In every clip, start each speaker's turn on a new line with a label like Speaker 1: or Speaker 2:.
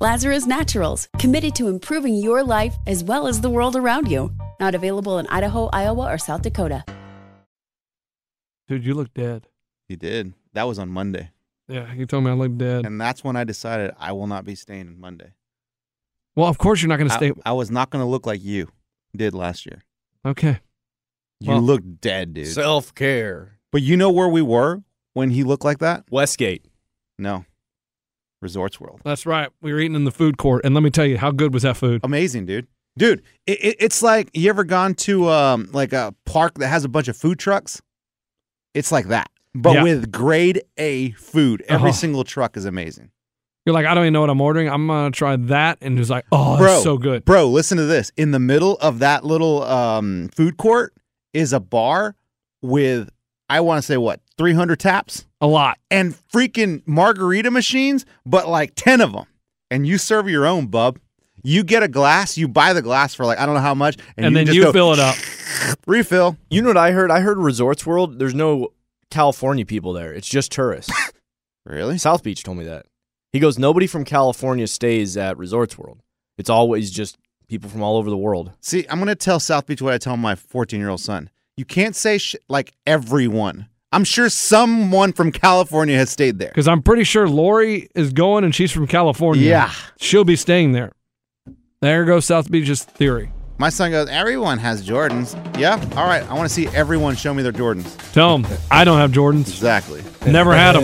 Speaker 1: Lazarus Naturals, committed to improving your life as well as the world around you. Not available in Idaho, Iowa, or South Dakota.
Speaker 2: Dude, you look dead.
Speaker 3: He did. That was on Monday.
Speaker 2: Yeah, you told me I look dead.
Speaker 3: And that's when I decided I will not be staying on Monday.
Speaker 2: well, of course you're not going to
Speaker 3: I,
Speaker 2: stay.
Speaker 3: I was not going to look like you did last year.
Speaker 2: okay.
Speaker 3: You
Speaker 4: Well-
Speaker 3: looked dead, dude.
Speaker 4: Self care.
Speaker 3: but you know where we were when he looked like that?
Speaker 4: Westgate.
Speaker 3: No. Resorts World.
Speaker 2: That's right. We were eating in the food court. And let me tell you, how good was that food?
Speaker 3: Amazing, dude. Dude, it, it, it's like you ever gone to um like a park that has a bunch of food trucks? It's like that, but
Speaker 2: Yeah.
Speaker 3: with grade A food. Every
Speaker 2: Uh-huh.
Speaker 3: single truck is amazing.
Speaker 2: You're like, I don't even know what I'm ordering. I'm going to try that. And it was like, oh,
Speaker 3: bro,
Speaker 2: that's so good.
Speaker 3: Bro, listen to this. In the middle of that little um, food court is a bar with, I want to say, what, 300 taps
Speaker 2: A lot.
Speaker 3: and freaking margarita machines, but like 10 of them. And you serve your own, bub. You get a glass, you buy the glass for like, I don't know how much.
Speaker 2: And, then you fill it up.
Speaker 3: Refill.
Speaker 4: You know what I heard? I heard Resorts World. There's no California people there. It's just tourists.
Speaker 3: Really?
Speaker 4: South Beach told me that. He goes, nobody from California stays at Resorts World. It's always just people from all over the world.
Speaker 3: See, I'm going to tell South Beach what I tell my 14 year old son. You can't say sh- like everyone. I'm sure someone from California has stayed there.
Speaker 2: Because I'm pretty sure Lori is going and she's from California.
Speaker 3: Yeah.
Speaker 2: She'll be staying there. There goes South Beach's theory.
Speaker 3: My son goes, Everyone has Jordans. Yeah. All right. I want to see everyone show me their Jordans.
Speaker 2: Tell them, I don't have Jordans.
Speaker 3: Exactly.
Speaker 2: Never had them.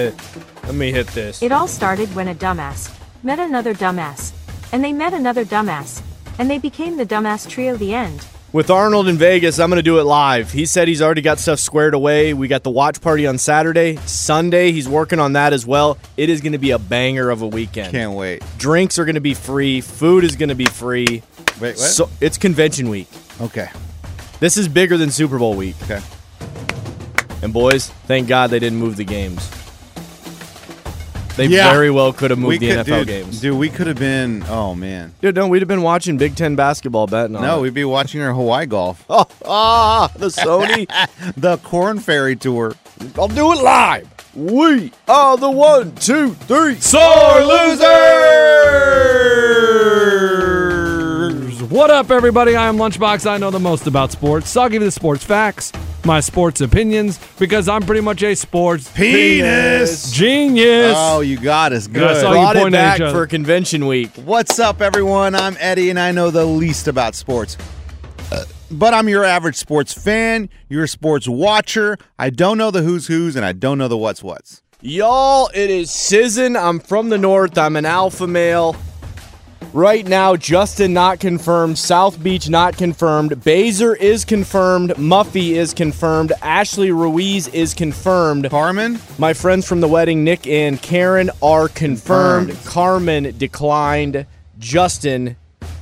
Speaker 4: Let me hit this.
Speaker 5: It all started when a dumbass met another dumbass, and they met another dumbass, and they became the dumbass trio. The end.
Speaker 4: With Arnold in Vegas, I'm going to do it live. He said he's already got stuff squared away. We got the watch party on Saturday. Sunday, he's working on that as well. It is going to be a banger of a weekend.
Speaker 3: Can't wait.
Speaker 4: Drinks are going to be free. Food is going to be free.
Speaker 3: Wait, what?
Speaker 4: So it's convention week.
Speaker 3: okay.
Speaker 4: This is bigger than Super Bowl week.
Speaker 3: Okay.
Speaker 4: And boys, thank God they didn't move the games. They
Speaker 3: Yeah.
Speaker 4: very well could have moved
Speaker 3: we
Speaker 4: the
Speaker 3: could,
Speaker 4: NFL
Speaker 3: dude,
Speaker 4: games.
Speaker 3: Dude, we could have been, oh, man.
Speaker 4: Dude, no, we'd have been watching Big Ten basketball betting on
Speaker 3: No,
Speaker 4: it.
Speaker 3: we'd be watching our Hawaii golf.
Speaker 4: Oh, ah, the Sony.
Speaker 3: the Corn Ferry Tour.
Speaker 4: I'll do it live. We are the one, two, three.
Speaker 2: Sore losers! What up, everybody? I am Lunchbox. I know the most about sports, so I'll give you the sports facts, my sports opinions, because I'm pretty much a sports
Speaker 3: Penis.
Speaker 2: genius.
Speaker 3: Oh, you got us.
Speaker 2: Yeah, I
Speaker 3: Good.
Speaker 2: saw you
Speaker 4: Brought it
Speaker 2: pointing at
Speaker 4: back
Speaker 2: each other.
Speaker 4: for convention week.
Speaker 3: What's up, everyone? I'm Eddie, and I know the least about sports. Uh, But I'm your average sports fan, you're a sports watcher. I don't know the who's who's, and I don't know the what's what's.
Speaker 4: Y'all, it is Sizzin. I'm from the north. I'm an alpha male. Right now, Justin not confirmed. South Beach not confirmed. Baser is confirmed. Muffy is confirmed. Ashley Ruiz is confirmed.
Speaker 3: Carmen?
Speaker 4: My friends from the wedding, Nick and Karen, are confirmed.
Speaker 3: Confirmed.
Speaker 4: Carmen declined. Justin,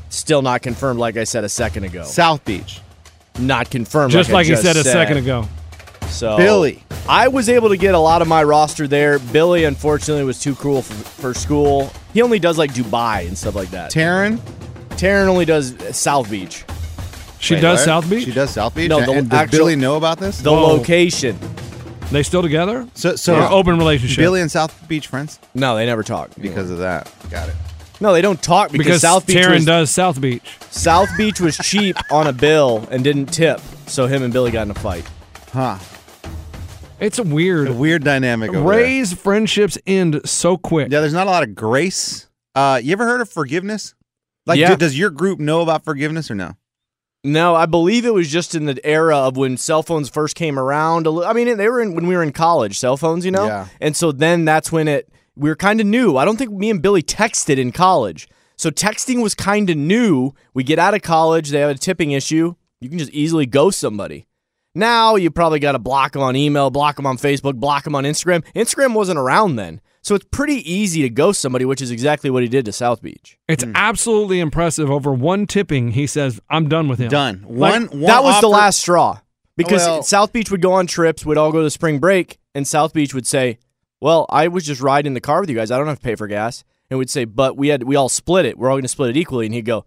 Speaker 4: still not confirmed, like I said a second ago.
Speaker 3: South Beach.
Speaker 4: Not confirmed.
Speaker 2: just
Speaker 4: I
Speaker 2: like you said a
Speaker 4: said
Speaker 2: second ago.
Speaker 4: So
Speaker 3: Billy.
Speaker 4: I was able to get a lot of my roster there. Billy, unfortunately, was too cruel for, for school. He only does like Dubai and stuff like that.
Speaker 3: Taryn?
Speaker 4: Taryn only does uh, South Beach.
Speaker 2: She
Speaker 3: Wait,
Speaker 2: does
Speaker 3: what?
Speaker 2: South Beach.
Speaker 3: She does South Beach.
Speaker 4: No,
Speaker 3: No,
Speaker 4: the
Speaker 3: and does
Speaker 4: actual-
Speaker 3: Billy know about this?
Speaker 4: The
Speaker 2: Whoa.
Speaker 4: location.
Speaker 2: They still together?
Speaker 3: so, so
Speaker 2: Or open relationship.
Speaker 3: Billy and South Beach friends
Speaker 4: No, they never talk
Speaker 3: because of that. Got it.
Speaker 4: No, they don't talk because,
Speaker 2: because
Speaker 4: South Beach
Speaker 2: Taryn
Speaker 4: was,
Speaker 2: does South Beach.
Speaker 4: South Beach was cheap on a bill and didn't tip, so him and Billy got in a fight.
Speaker 3: Huh?
Speaker 2: It's a weird.
Speaker 3: A weird dynamic. Over there.
Speaker 2: Ray's friendships end so quick.
Speaker 3: Yeah, there's not a lot of grace. Uh, you ever heard of forgiveness? Like,
Speaker 4: Yeah.
Speaker 3: do- does your group know about forgiveness or no?
Speaker 4: No, I believe it was just in the era of when cell phones first came around. a li- I mean, they were in when we were in college, cell phones, you know.
Speaker 3: Yeah.
Speaker 4: And so then that's when it we were kind of new. I don't think me and Billy texted in college, so texting was kind of new. We get out of college, they have a tipping issue. You can just easily ghost somebody. Now you probably got to block them on email, block them on Facebook, block them on Instagram. Instagram wasn't around then, so it's pretty easy to ghost somebody, which is exactly what he did to South Beach.
Speaker 3: Mm.
Speaker 2: It's absolutely impressive. Over one tipping, he says, "I'm done with him."
Speaker 3: Done.
Speaker 2: Like,
Speaker 3: One. one
Speaker 4: that was
Speaker 3: offer-
Speaker 4: the
Speaker 3: Oh,
Speaker 4: last straw because
Speaker 3: Well-
Speaker 4: South Beach would go on trips, would all go to spring break, and South Beach would say, "Well, I was just riding in the car with you guys. I don't have to pay for gas." And we'd say, "But we had we all split it. We're all going to split it equally." And he'd go,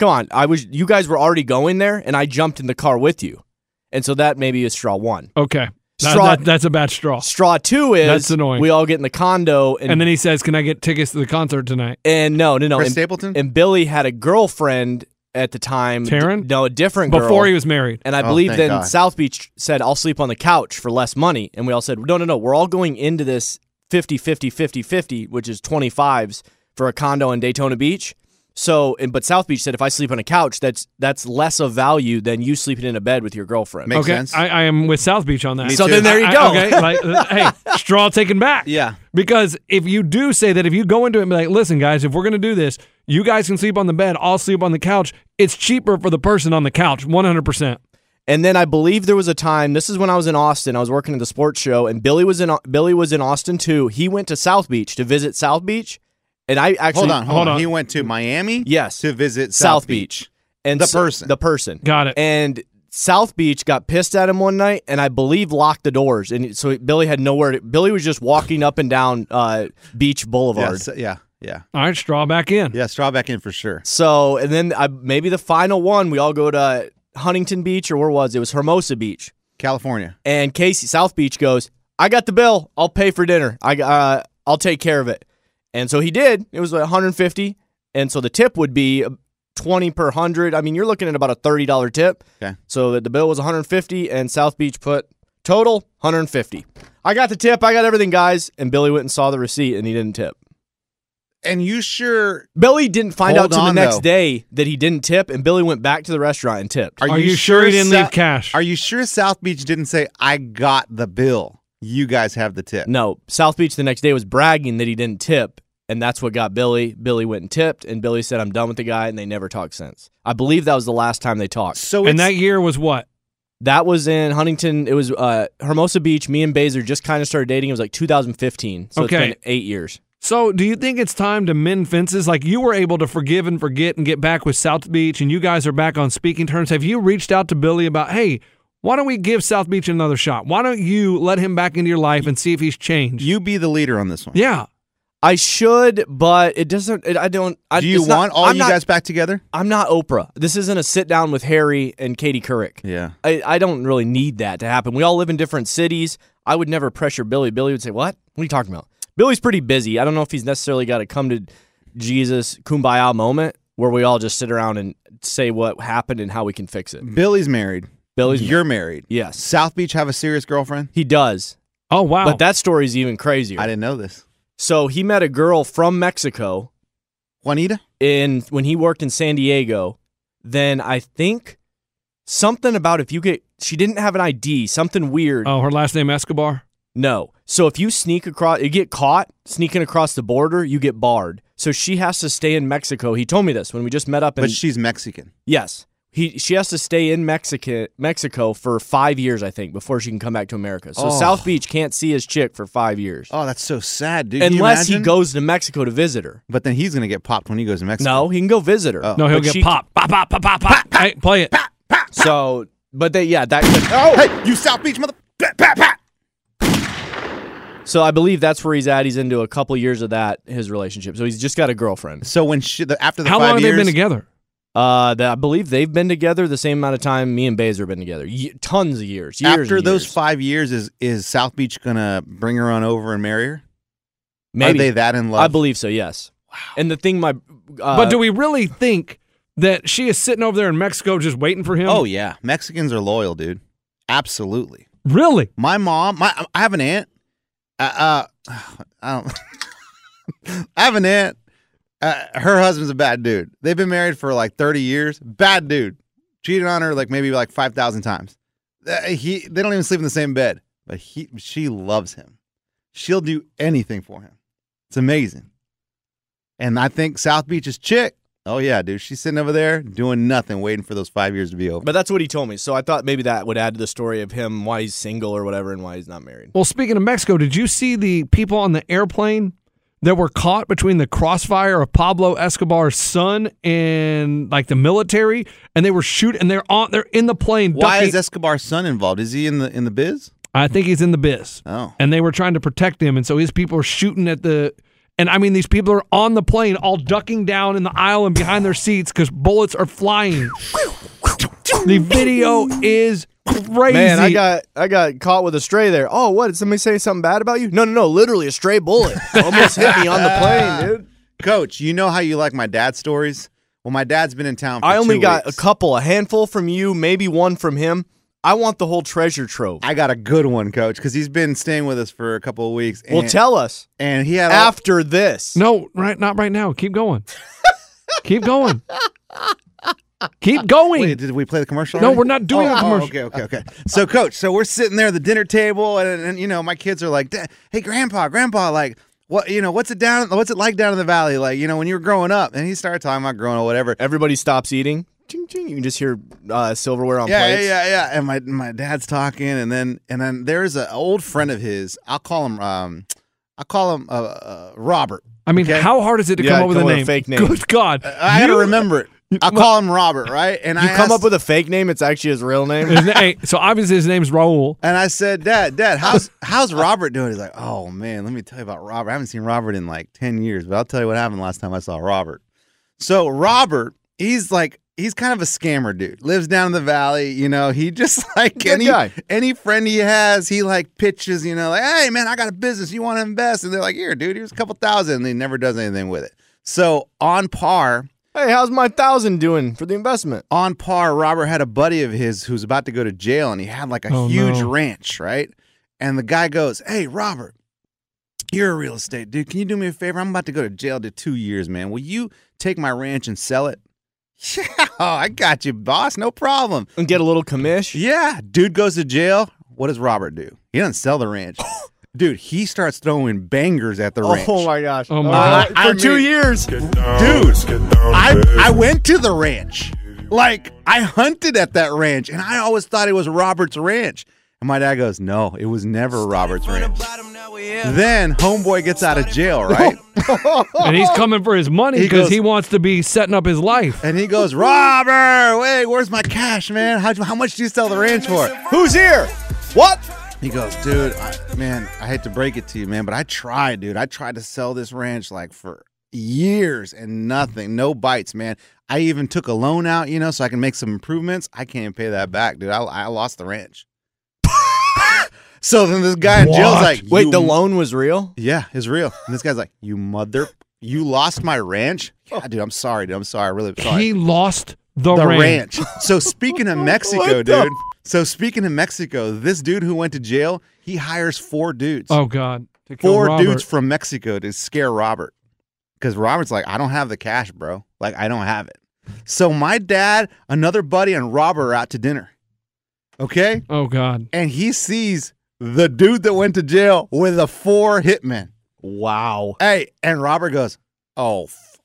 Speaker 4: "Come on, I was you guys were already going there, and I jumped in the car with you." And so that maybe is straw one.
Speaker 2: Okay. That-
Speaker 4: Straw-
Speaker 2: that- that's a bad straw.
Speaker 4: Straw two is
Speaker 2: That's annoying.
Speaker 4: We all get in the condo, and
Speaker 2: And then he says, "Can I get tickets to the concert tonight?"
Speaker 4: and no, no, no,
Speaker 3: Chris
Speaker 4: and,
Speaker 3: Stapleton?
Speaker 4: and Billy had a girlfriend at the time.
Speaker 2: Taryn?
Speaker 4: no, a different girl.
Speaker 2: Before he was married.
Speaker 4: And I
Speaker 3: Oh,
Speaker 4: believe
Speaker 3: thank
Speaker 4: then
Speaker 3: God.
Speaker 4: South Beach said, I'll sleep on the couch for less money. And we all said, no, no, no. We're all going into this 50, 50, 50, 50, which is 25s for a condo in Daytona Beach. So, and, but South Beach said, if I sleep on a couch, that's that's less of value than you sleeping in a bed with your girlfriend.
Speaker 3: Makes
Speaker 2: okay,
Speaker 3: sense.
Speaker 2: I, I am with South Beach on that.
Speaker 3: Me
Speaker 4: so
Speaker 3: too.
Speaker 4: then there you
Speaker 2: I-
Speaker 4: go.
Speaker 2: I- okay, like, uh, hey, straw taken back.
Speaker 3: Yeah.
Speaker 2: Because if you do say that, if you go into it and be like, listen, guys, if we're going to do this, you guys can sleep on the bed, I'll sleep on the couch. It's cheaper for the person on the couch, 100%.
Speaker 4: And then I believe there was a time. This is when I was in Austin. I was working at the sports show, and Billy was in Billy was in Austin too. He went to South Beach to visit South Beach, and I actually
Speaker 3: hold on, hold,
Speaker 2: Hold
Speaker 3: on.
Speaker 2: on.
Speaker 3: He went to Miami.
Speaker 4: Yes.
Speaker 3: To visit
Speaker 4: South,
Speaker 3: South,
Speaker 4: Beach. And
Speaker 3: The
Speaker 4: so-
Speaker 3: person.
Speaker 4: The person.
Speaker 2: Got it.
Speaker 4: And South Beach got pissed at him one night, and I believe locked the doors. And so Billy had nowhere to. Billy was just walking up and down uh, Beach Boulevard.
Speaker 3: Yes, yeah. Yeah.
Speaker 2: All right, straw back in.
Speaker 3: Yeah. Straw back in for sure.
Speaker 4: So, and then I, maybe the final one, we all go to Huntington Beach, or where was it? It was Hermosa Beach.
Speaker 3: California.
Speaker 4: And Casey South Beach goes, "I got the bill. I'll pay for dinner. I uh, I'll take care of it." And so he did. It was 150, and so the tip would be 20 per hundred. I mean, you're looking at about a thirty dollar tip.
Speaker 3: Okay.
Speaker 4: So that the bill was 150, and South Beach put total 150. I got the tip. I got everything, guys. And Billy went and saw the receipt, and he didn't tip.
Speaker 3: And you sure?
Speaker 4: Billy didn't find
Speaker 3: Hold
Speaker 4: out till the
Speaker 3: on,
Speaker 4: next
Speaker 3: though.
Speaker 4: day that he didn't tip, and Billy went back to the restaurant and tipped.
Speaker 2: Are you sure he didn't
Speaker 3: Sou-
Speaker 2: leave cash?
Speaker 3: Are you sure South Beach didn't say, "I got the bill. You guys have the tip"?
Speaker 4: No, South Beach the next day was bragging that he didn't tip, and that's what got Billy. Billy went and tipped, and Billy said, "I'm done with the guy," and they never talked since. I believe that was the last time they talked.
Speaker 3: So
Speaker 2: and
Speaker 3: it's,
Speaker 2: that year was what?
Speaker 4: That was in Huntington. It was uh, Hermosa Beach. Me and Baser just kind of started dating. It was like 2015, so
Speaker 2: Okay.
Speaker 4: it's been eight years.
Speaker 2: So, do you think it's time to mend fences? Like you were able to forgive and forget and get back with South Beach, and you guys are back on speaking terms. Have you reached out to Billy about, hey, why don't we give South Beach another shot? Why don't you let him back into your life and see if he's changed?
Speaker 3: you be the leader on this one.
Speaker 2: yeah.
Speaker 4: I should, but it doesn't. It, I don't. I,
Speaker 3: Do you
Speaker 4: it's not-
Speaker 3: want all
Speaker 4: I'm
Speaker 3: you
Speaker 4: not-
Speaker 3: guys back together?
Speaker 4: I'm not Oprah. This isn't a sit down with Harry and Katie Couric.
Speaker 3: Yeah.
Speaker 4: I, I don't really need that to happen. We all live in different cities. I would never pressure Billy. Billy would say, What? What are you talking about? Billy's pretty busy. I don't know if he's necessarily got to come to Jesus kumbaya moment where we all just sit around and say what happened and how we can fix it.
Speaker 3: Billy's married.
Speaker 4: Billy's
Speaker 3: You're married.
Speaker 4: Yes.
Speaker 3: South Beach have a serious girlfriend.
Speaker 4: he does.
Speaker 2: Oh wow.
Speaker 4: But that story's even crazier.
Speaker 3: I didn't know this.
Speaker 4: so he met a girl from Mexico
Speaker 3: Juanita.
Speaker 4: in when he worked in San Diego, then I think something about if you get she didn't have an ID, something weird.
Speaker 2: oh, her last name Escobar.
Speaker 4: No. So if you sneak across, you get caught sneaking across the border, you get barred. So she has to stay in Mexico. He told me this when we just met up. And
Speaker 3: But she's Mexican.
Speaker 4: yes, he she has to stay in Mexico Mexico for five years, I think, before she can come back to America. So
Speaker 3: Oh.
Speaker 4: South Beach can't see his chick for five years,
Speaker 3: Oh, that's so sad, dude. Can you
Speaker 4: unless he
Speaker 3: imagine?
Speaker 4: goes to Mexico to visit her.
Speaker 3: But then he's gonna get popped when he goes to Mexico.
Speaker 4: No, he can go visit
Speaker 3: Oh.
Speaker 4: her.
Speaker 2: No, he'll
Speaker 4: Oh. But
Speaker 2: get
Speaker 4: she-
Speaker 2: pop, pop, pop, pop, pop, pop. Hey, play it.
Speaker 4: So, but they yeah that.
Speaker 3: Oh, hey, you South Beach mother. Pat, pat, pat.
Speaker 4: So I believe that's where he's at. He's into a couple years of that his relationship. So he's just got a girlfriend.
Speaker 3: So when she, the, after the
Speaker 2: How
Speaker 3: five
Speaker 2: long have
Speaker 3: years,
Speaker 2: they been together?
Speaker 4: Uh, that I believe they've been together the same amount of time me and Baser have been together. Ye- tons of years. years
Speaker 3: After
Speaker 4: and
Speaker 3: those
Speaker 4: years.
Speaker 3: five years, is is South Beach gonna bring her on over and marry her?
Speaker 4: maybe
Speaker 3: Are they that in love?
Speaker 4: I believe so. Yes. Wow. And the thing, my uh,
Speaker 2: but do we really think that she is sitting over there in Mexico just waiting for him?
Speaker 3: Oh yeah, Mexicans are loyal, dude. Absolutely.
Speaker 2: really?
Speaker 3: My mom, my I have an aunt. Uh, uh I don't. I have an aunt. Uh, her husband's a bad dude. They've been married for like thirty years. Bad dude. Cheated on her like maybe like five thousand times. Uh, he they don't even sleep in the same bed. But he she loves him. She'll do anything for him. It's amazing. And I think South Beach's chick. Oh yeah, dude. She's sitting over there doing nothing, waiting for those five years to be over.
Speaker 4: But that's what he told me. So I thought maybe that would add to the story of him why he's single or whatever and why he's not married.
Speaker 2: Well, speaking of Mexico, did you see the people on the airplane that were caught between the crossfire of Pablo Escobar's son and like the military, and they were shooting, and they're on, they're in the plane.
Speaker 3: Why
Speaker 2: ducking-
Speaker 3: is Escobar's son involved? Is he in the in the biz?
Speaker 2: I think he's in the biz.
Speaker 3: Oh.
Speaker 2: and they were trying to protect him, and so his people are shooting at the. And I mean, these people are on the plane, all ducking down in the aisle and behind their seats because bullets are flying. the video is crazy.
Speaker 4: Man, I got I got caught with a stray there. Oh, what? Did somebody say something bad about you? No, no, no. Literally a stray bullet almost hit me on the plane, dude.
Speaker 3: Coach, you know how you like my dad's stories? Well, my dad's been in town for
Speaker 4: I only
Speaker 3: two
Speaker 4: got
Speaker 3: weeks.
Speaker 4: a couple, a handful from you, maybe one from him. I want the whole treasure trove.
Speaker 3: I got a good one, coach, because he's been staying with us for a couple of weeks. And,
Speaker 4: well, tell us
Speaker 3: And he had all-
Speaker 4: after this.
Speaker 2: No, right, not right now. Keep going. Keep going. Keep going.
Speaker 3: Wait, did we play the commercial?
Speaker 2: No,
Speaker 3: already?
Speaker 2: we're not doing
Speaker 3: Oh,
Speaker 2: a
Speaker 3: oh,
Speaker 2: commercial.
Speaker 3: okay, okay, okay. So, coach, so we're sitting there at the dinner table, and, and you know, my kids are like, "Dad, "Hey, grandpa, grandpa, like, what? You know, what's it down? What's it like down in the valley? Like, you know, when you were growing up?" And he started talking about growing up, whatever.
Speaker 4: Everybody stops eating. Ching, ching. You can just hear uh, silverware on
Speaker 3: yeah,
Speaker 4: plates.
Speaker 3: Yeah, yeah, yeah. And my my dad's talking, and then and then there's an old friend of his. I'll call him. Um, I'll call him uh, uh, Robert.
Speaker 2: I mean,
Speaker 3: okay?
Speaker 2: how hard is it to
Speaker 4: Yeah,
Speaker 2: come up with
Speaker 4: come
Speaker 2: a
Speaker 4: with a
Speaker 2: name?
Speaker 4: fake name.
Speaker 2: Good God.
Speaker 3: I
Speaker 2: You-
Speaker 3: gotta remember it. I'll call him Robert, right? And
Speaker 4: You
Speaker 3: I
Speaker 4: come
Speaker 3: asked-
Speaker 4: up with a fake name, it's actually his real
Speaker 3: uh,
Speaker 4: name.
Speaker 2: his na- hey, so obviously his name's Raul.
Speaker 3: And I said, Dad, Dad, how's how's Robert doing? He's like, Oh man, let me tell you about Robert. I haven't seen Robert in like ten years, but I'll tell you what happened last time I saw Robert. So Robert, he's like he's kind of a scammer dude. Lives down in the valley, you know. He just like
Speaker 4: Good
Speaker 3: any
Speaker 4: guy.
Speaker 3: any friend he has, he like pitches, you know, like, hey man, I got a business, you want to invest? And they're like, Here, dude, here's a couple thousand, and he never does anything with it. So on par,
Speaker 4: hey, how's my thousand doing for the investment?
Speaker 3: on par, Robert had a buddy of his who's about to go to jail and he had like a
Speaker 2: Oh,
Speaker 3: huge
Speaker 2: no.
Speaker 3: ranch, right? And the guy goes, Hey, Robert, you're a real estate dude. Can you do me a favor? I'm about to go to jail to two years, man. Will you take my ranch and sell it? Yeah, oh, I got you, boss. No problem.
Speaker 4: And get a little commish.
Speaker 3: Yeah, dude goes to jail. What does Robert do? He doesn't sell the ranch. dude, he starts throwing bangers at the ranch.
Speaker 4: Oh my gosh.
Speaker 2: Oh my
Speaker 3: God.
Speaker 4: Uh, For
Speaker 3: I
Speaker 4: two
Speaker 3: mean-
Speaker 4: years.
Speaker 3: dude I, I went to the ranch like i hunted at that ranch and i always thought it was robert's ranch and my dad goes no it was never robert's ranch then homeboy gets out of jail right
Speaker 2: And he's coming for his money
Speaker 3: He
Speaker 2: because
Speaker 3: goes-
Speaker 2: he wants to be setting up his life.
Speaker 3: and he goes robert wait where's my cash man how, how much do you sell the ranch for
Speaker 4: Who's here? What?
Speaker 3: He goes, dude, I, man, I hate to break it to you, man, but I tried, dude. I tried to sell this ranch like for years and nothing, no bites, man. I even took a loan out, you know, so I can make some improvements. I can't even pay that back, dude. I, I lost the ranch. so then this guy in jail's
Speaker 2: What?
Speaker 3: like,
Speaker 4: Wait,
Speaker 3: you-
Speaker 4: the loan was real?
Speaker 3: Yeah, it's real. And this guy's like, you mother, you lost my ranch?
Speaker 4: Oh.
Speaker 3: Yeah, dude, I'm sorry, dude. I'm sorry. I really am sorry
Speaker 2: He lost the,
Speaker 3: the
Speaker 2: ranch.
Speaker 3: ranch. So speaking of Mexico,
Speaker 4: What the-
Speaker 3: dude. So speaking of Mexico, this dude who went to jail, he hires four dudes.
Speaker 2: Oh God. To kill
Speaker 3: four
Speaker 2: Robert.
Speaker 3: dudes from Mexico to scare Robert. Because Robert's like, I don't have the cash, bro. Like, I don't have it. So my dad, another buddy, and Robert are out to dinner. Okay?
Speaker 2: Oh God.
Speaker 3: And he sees the dude that went to jail with the four hitmen.
Speaker 4: Wow.
Speaker 3: Hey, and Robert goes, "Oh," f-.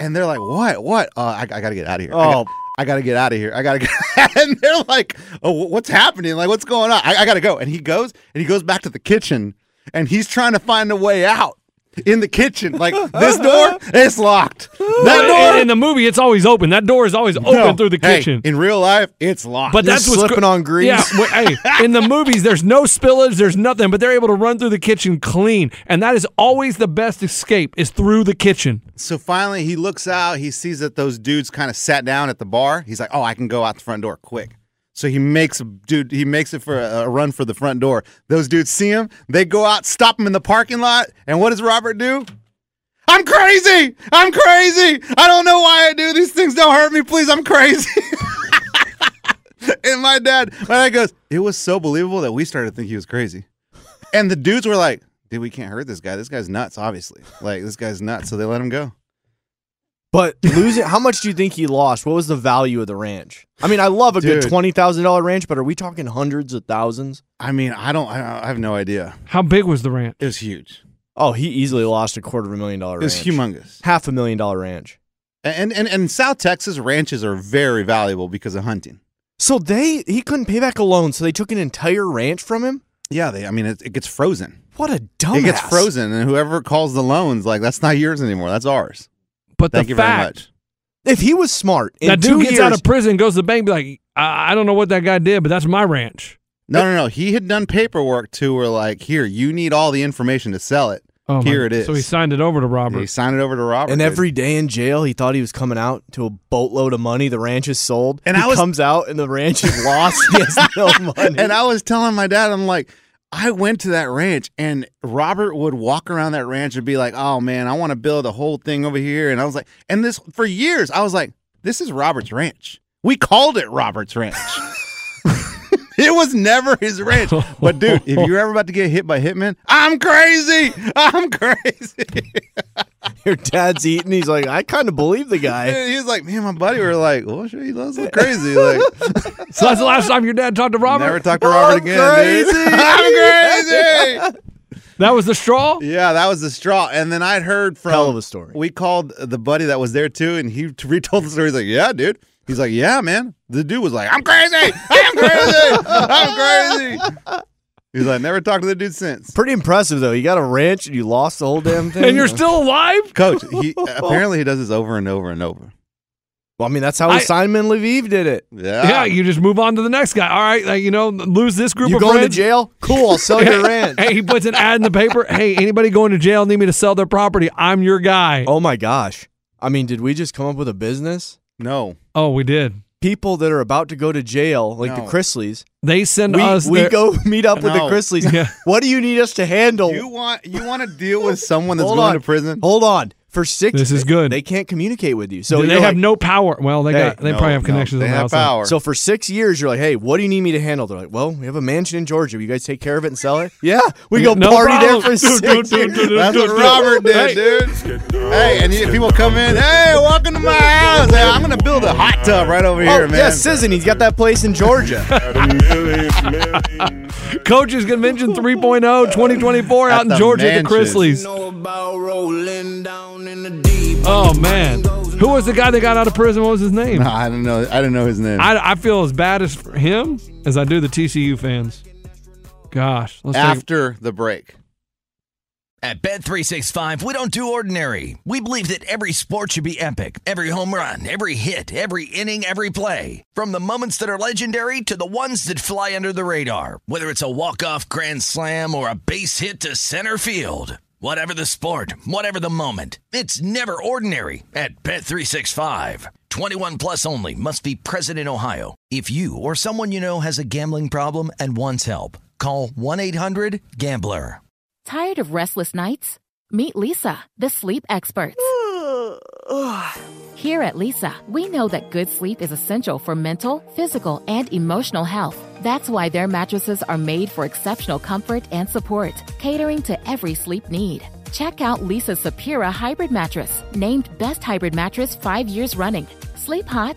Speaker 3: and they're like, "What? What? Uh, I, I gotta get out of here. I
Speaker 4: Oh.
Speaker 3: got- I gotta get out of here. I gotta." Get, and they're like, "Oh, wh- what's happening? Like, what's going on? I, I gotta go." And he goes, and he goes back to the kitchen, and he's trying to find a way out. in the kitchen. Like this door, it's locked.
Speaker 2: But
Speaker 3: That
Speaker 2: in,
Speaker 3: door,
Speaker 2: in the movie, it's always open. That door is always open
Speaker 3: No.
Speaker 2: through the
Speaker 3: Hey,
Speaker 2: kitchen.
Speaker 3: in real life, it's locked.
Speaker 2: but that's what's
Speaker 4: slipping on grease.
Speaker 2: Yeah, wait, hey, in the movies, there's no spillage, there's nothing, but they're able to run through the kitchen clean, and that is always the best escape is through the kitchen.
Speaker 3: So finally, he looks out. He sees that those dudes kind of sat down at the bar. He's like, "Oh, I can go out the front door quick." So he makes a dude. He makes it for a, a run for the front door. Those dudes see him. They go out, stop him in the parking lot. And what does Robert do? I'm crazy. I'm crazy. I don't know why I do these things. Don't hurt me, please. I'm crazy. and my dad, my dad goes, "It was so believable that we started to think he was crazy." And the dudes were like, "Dude, we can't hurt this guy. This guy's nuts. Obviously, like this guy's nuts." So they let him go.
Speaker 4: But losing, how much do you think he lost? What was the value of the ranch? I mean, I love a good
Speaker 3: Dude.
Speaker 4: twenty thousand dollar ranch, but are we talking hundreds of thousands?
Speaker 3: I mean, I don't. I, I have no idea.
Speaker 2: How big was the ranch?
Speaker 3: It was huge.
Speaker 4: Oh, he easily lost a quarter of a million dollar.
Speaker 3: It was
Speaker 4: ranch.
Speaker 3: humongous.
Speaker 4: half a million dollar ranch.
Speaker 3: And and and South Texas ranches are very valuable because of hunting.
Speaker 4: So they he couldn't pay back a loan, so they took an entire ranch from him.
Speaker 3: Yeah, they. I mean, it, it gets frozen.
Speaker 4: What a dumbass!
Speaker 3: It gets frozen, and whoever calls the loans, like that's not yours anymore. That's ours.
Speaker 2: But
Speaker 3: Thank
Speaker 2: the
Speaker 3: you
Speaker 2: fact
Speaker 3: very much.
Speaker 4: If he was smart, in
Speaker 2: that
Speaker 4: two
Speaker 2: dude gets
Speaker 4: years,
Speaker 2: out of prison, goes to the bank, be like, I, I don't know what that guy did, but that's my ranch.
Speaker 3: No, no, no. He had done paperwork to where like, here, you need all the information to sell it.
Speaker 2: Oh, my-
Speaker 3: here it is.
Speaker 2: So he signed it over to Robert.
Speaker 3: He signed it over to Robert.
Speaker 4: and
Speaker 3: dude.
Speaker 4: every day in jail, he thought he was coming out to a boatload of money. The ranch is sold,
Speaker 3: And
Speaker 4: he
Speaker 3: I was-
Speaker 4: comes out, and the ranch is lost. he has no money.
Speaker 3: And I was telling my dad, I'm like, I went to that ranch and Robert would walk around that ranch and be like, oh man, I want to build a whole thing over here. And I was like, and this for years, I was like, this is Robert's ranch. We called it Robert's ranch. it was never his ranch. But dude, if you're ever about to get hit by hitmen, I'm crazy. I'm crazy.
Speaker 4: Your dad's eating. He's like, I kind of believe the guy.
Speaker 3: And he was like, me and my buddy were like, well, sure, he does look crazy. Like,
Speaker 2: so that's the last time your dad talked to Robert.
Speaker 3: never talk to Robert
Speaker 4: I'm
Speaker 3: again. dude.
Speaker 4: crazy.
Speaker 3: I'm crazy.
Speaker 2: that was the straw.
Speaker 3: Yeah, that was the straw. And then I'd heard from
Speaker 4: Hell of a story.
Speaker 3: We called the buddy that was there too, and he t- retold the story. He's like, "Yeah, dude." He's like, "Yeah, man." The dude was like, "I'm crazy. I'm crazy. I'm crazy." He's like, "Never talked to the dude since."
Speaker 4: Pretty impressive though. You got a ranch and you lost the whole damn thing.
Speaker 2: And you're still alive?
Speaker 3: Coach, he apparently he does this over and over and over.
Speaker 4: Well, I mean, that's how
Speaker 2: I-
Speaker 4: Simon Leviev did it.
Speaker 3: Yeah.
Speaker 2: Yeah, you just move on to the next guy. All right, like, you know, lose this group
Speaker 4: you
Speaker 2: of
Speaker 4: going
Speaker 2: friends.
Speaker 4: to jail? Cool. I'll sell your ranch.
Speaker 2: Hey, he puts an ad in the paper. Hey, anybody going to jail need me to sell their property? I'm your guy. Oh,
Speaker 4: Oh my gosh. I mean, did we just come up with a business?
Speaker 3: no.
Speaker 2: Oh, we did.
Speaker 4: People that are about to go to jail, like
Speaker 3: No.
Speaker 4: the Chrisleys,
Speaker 2: They send
Speaker 4: we,
Speaker 2: us.
Speaker 4: we
Speaker 2: their-
Speaker 4: go meet up with the
Speaker 3: No.
Speaker 4: Chrisleys.
Speaker 2: Yeah.
Speaker 4: What do you need us to handle?
Speaker 3: You want you want to deal with someone that's
Speaker 4: Hold
Speaker 3: going
Speaker 4: on.
Speaker 3: to prison?
Speaker 4: Hold on. For six
Speaker 2: This is good.
Speaker 4: They can't communicate with you. So
Speaker 2: So they
Speaker 4: you're
Speaker 2: have
Speaker 4: like-
Speaker 2: no power. Well, they
Speaker 4: Hey,
Speaker 2: got. They
Speaker 3: No,
Speaker 2: probably have
Speaker 3: no,
Speaker 2: connections
Speaker 3: They
Speaker 2: on the
Speaker 3: have
Speaker 2: outside.
Speaker 3: power.
Speaker 4: So for six years, you're like, hey, what do you need me to handle? They're like, well, we have a mansion in Georgia. Will you guys take care of it and sell it? Yeah. We go
Speaker 2: No
Speaker 4: party
Speaker 2: problem.
Speaker 4: there for
Speaker 2: Dude,
Speaker 4: six
Speaker 2: dude, dude,
Speaker 4: years.
Speaker 2: dude, dude,
Speaker 3: That's
Speaker 2: dude,
Speaker 3: what
Speaker 2: dude.
Speaker 3: Robert
Speaker 2: Hey,
Speaker 3: did, dude. Hey, and you, people come in. Hey, welcome to my house. Hey, I'm gonna build a hot tub right over here,
Speaker 4: oh,
Speaker 3: man.
Speaker 4: yeah, Sizzin. He's got that place in Georgia.
Speaker 2: Coaches Convention 3.0 2024 out
Speaker 3: At
Speaker 2: in
Speaker 3: the
Speaker 2: Georgia at the
Speaker 3: mansion.
Speaker 2: Chrisleys. Oh, man. Who was the guy that got out of prison? What was his name?
Speaker 3: No, I don't know. I don't know his name.
Speaker 2: I, I feel as bad as for him as I do the TCU fans. Gosh. Let's take-
Speaker 3: After the break.
Speaker 6: At Bet365, we don't do ordinary. We believe that every sport should be epic. Every home run, every hit, every inning, every play. From the moments that are legendary to the ones that fly under the radar. Whether it's a walk-off grand slam or a base hit to center field. Whatever the sport, whatever the moment, it's never ordinary at Bet365. 21 plus only must be present in Ohio. If you or someone you know has a gambling problem and wants help, call 1-800-GAMBLER.
Speaker 7: Tired of restless nights? Meet Lisa, the sleep experts. Here at Lisa, we know that good sleep is essential for mental, physical, and emotional health. That's why their mattresses are made for exceptional comfort and support, catering to every sleep need. Check out Lisa's Sapira hybrid mattress, named Best Hybrid Mattress 5 years running. Sleep hot,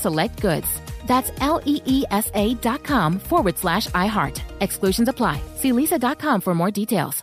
Speaker 7: select goods. That's L E E S A dot com forward slash iHeart. Exclusions apply. See lisa.com for more details.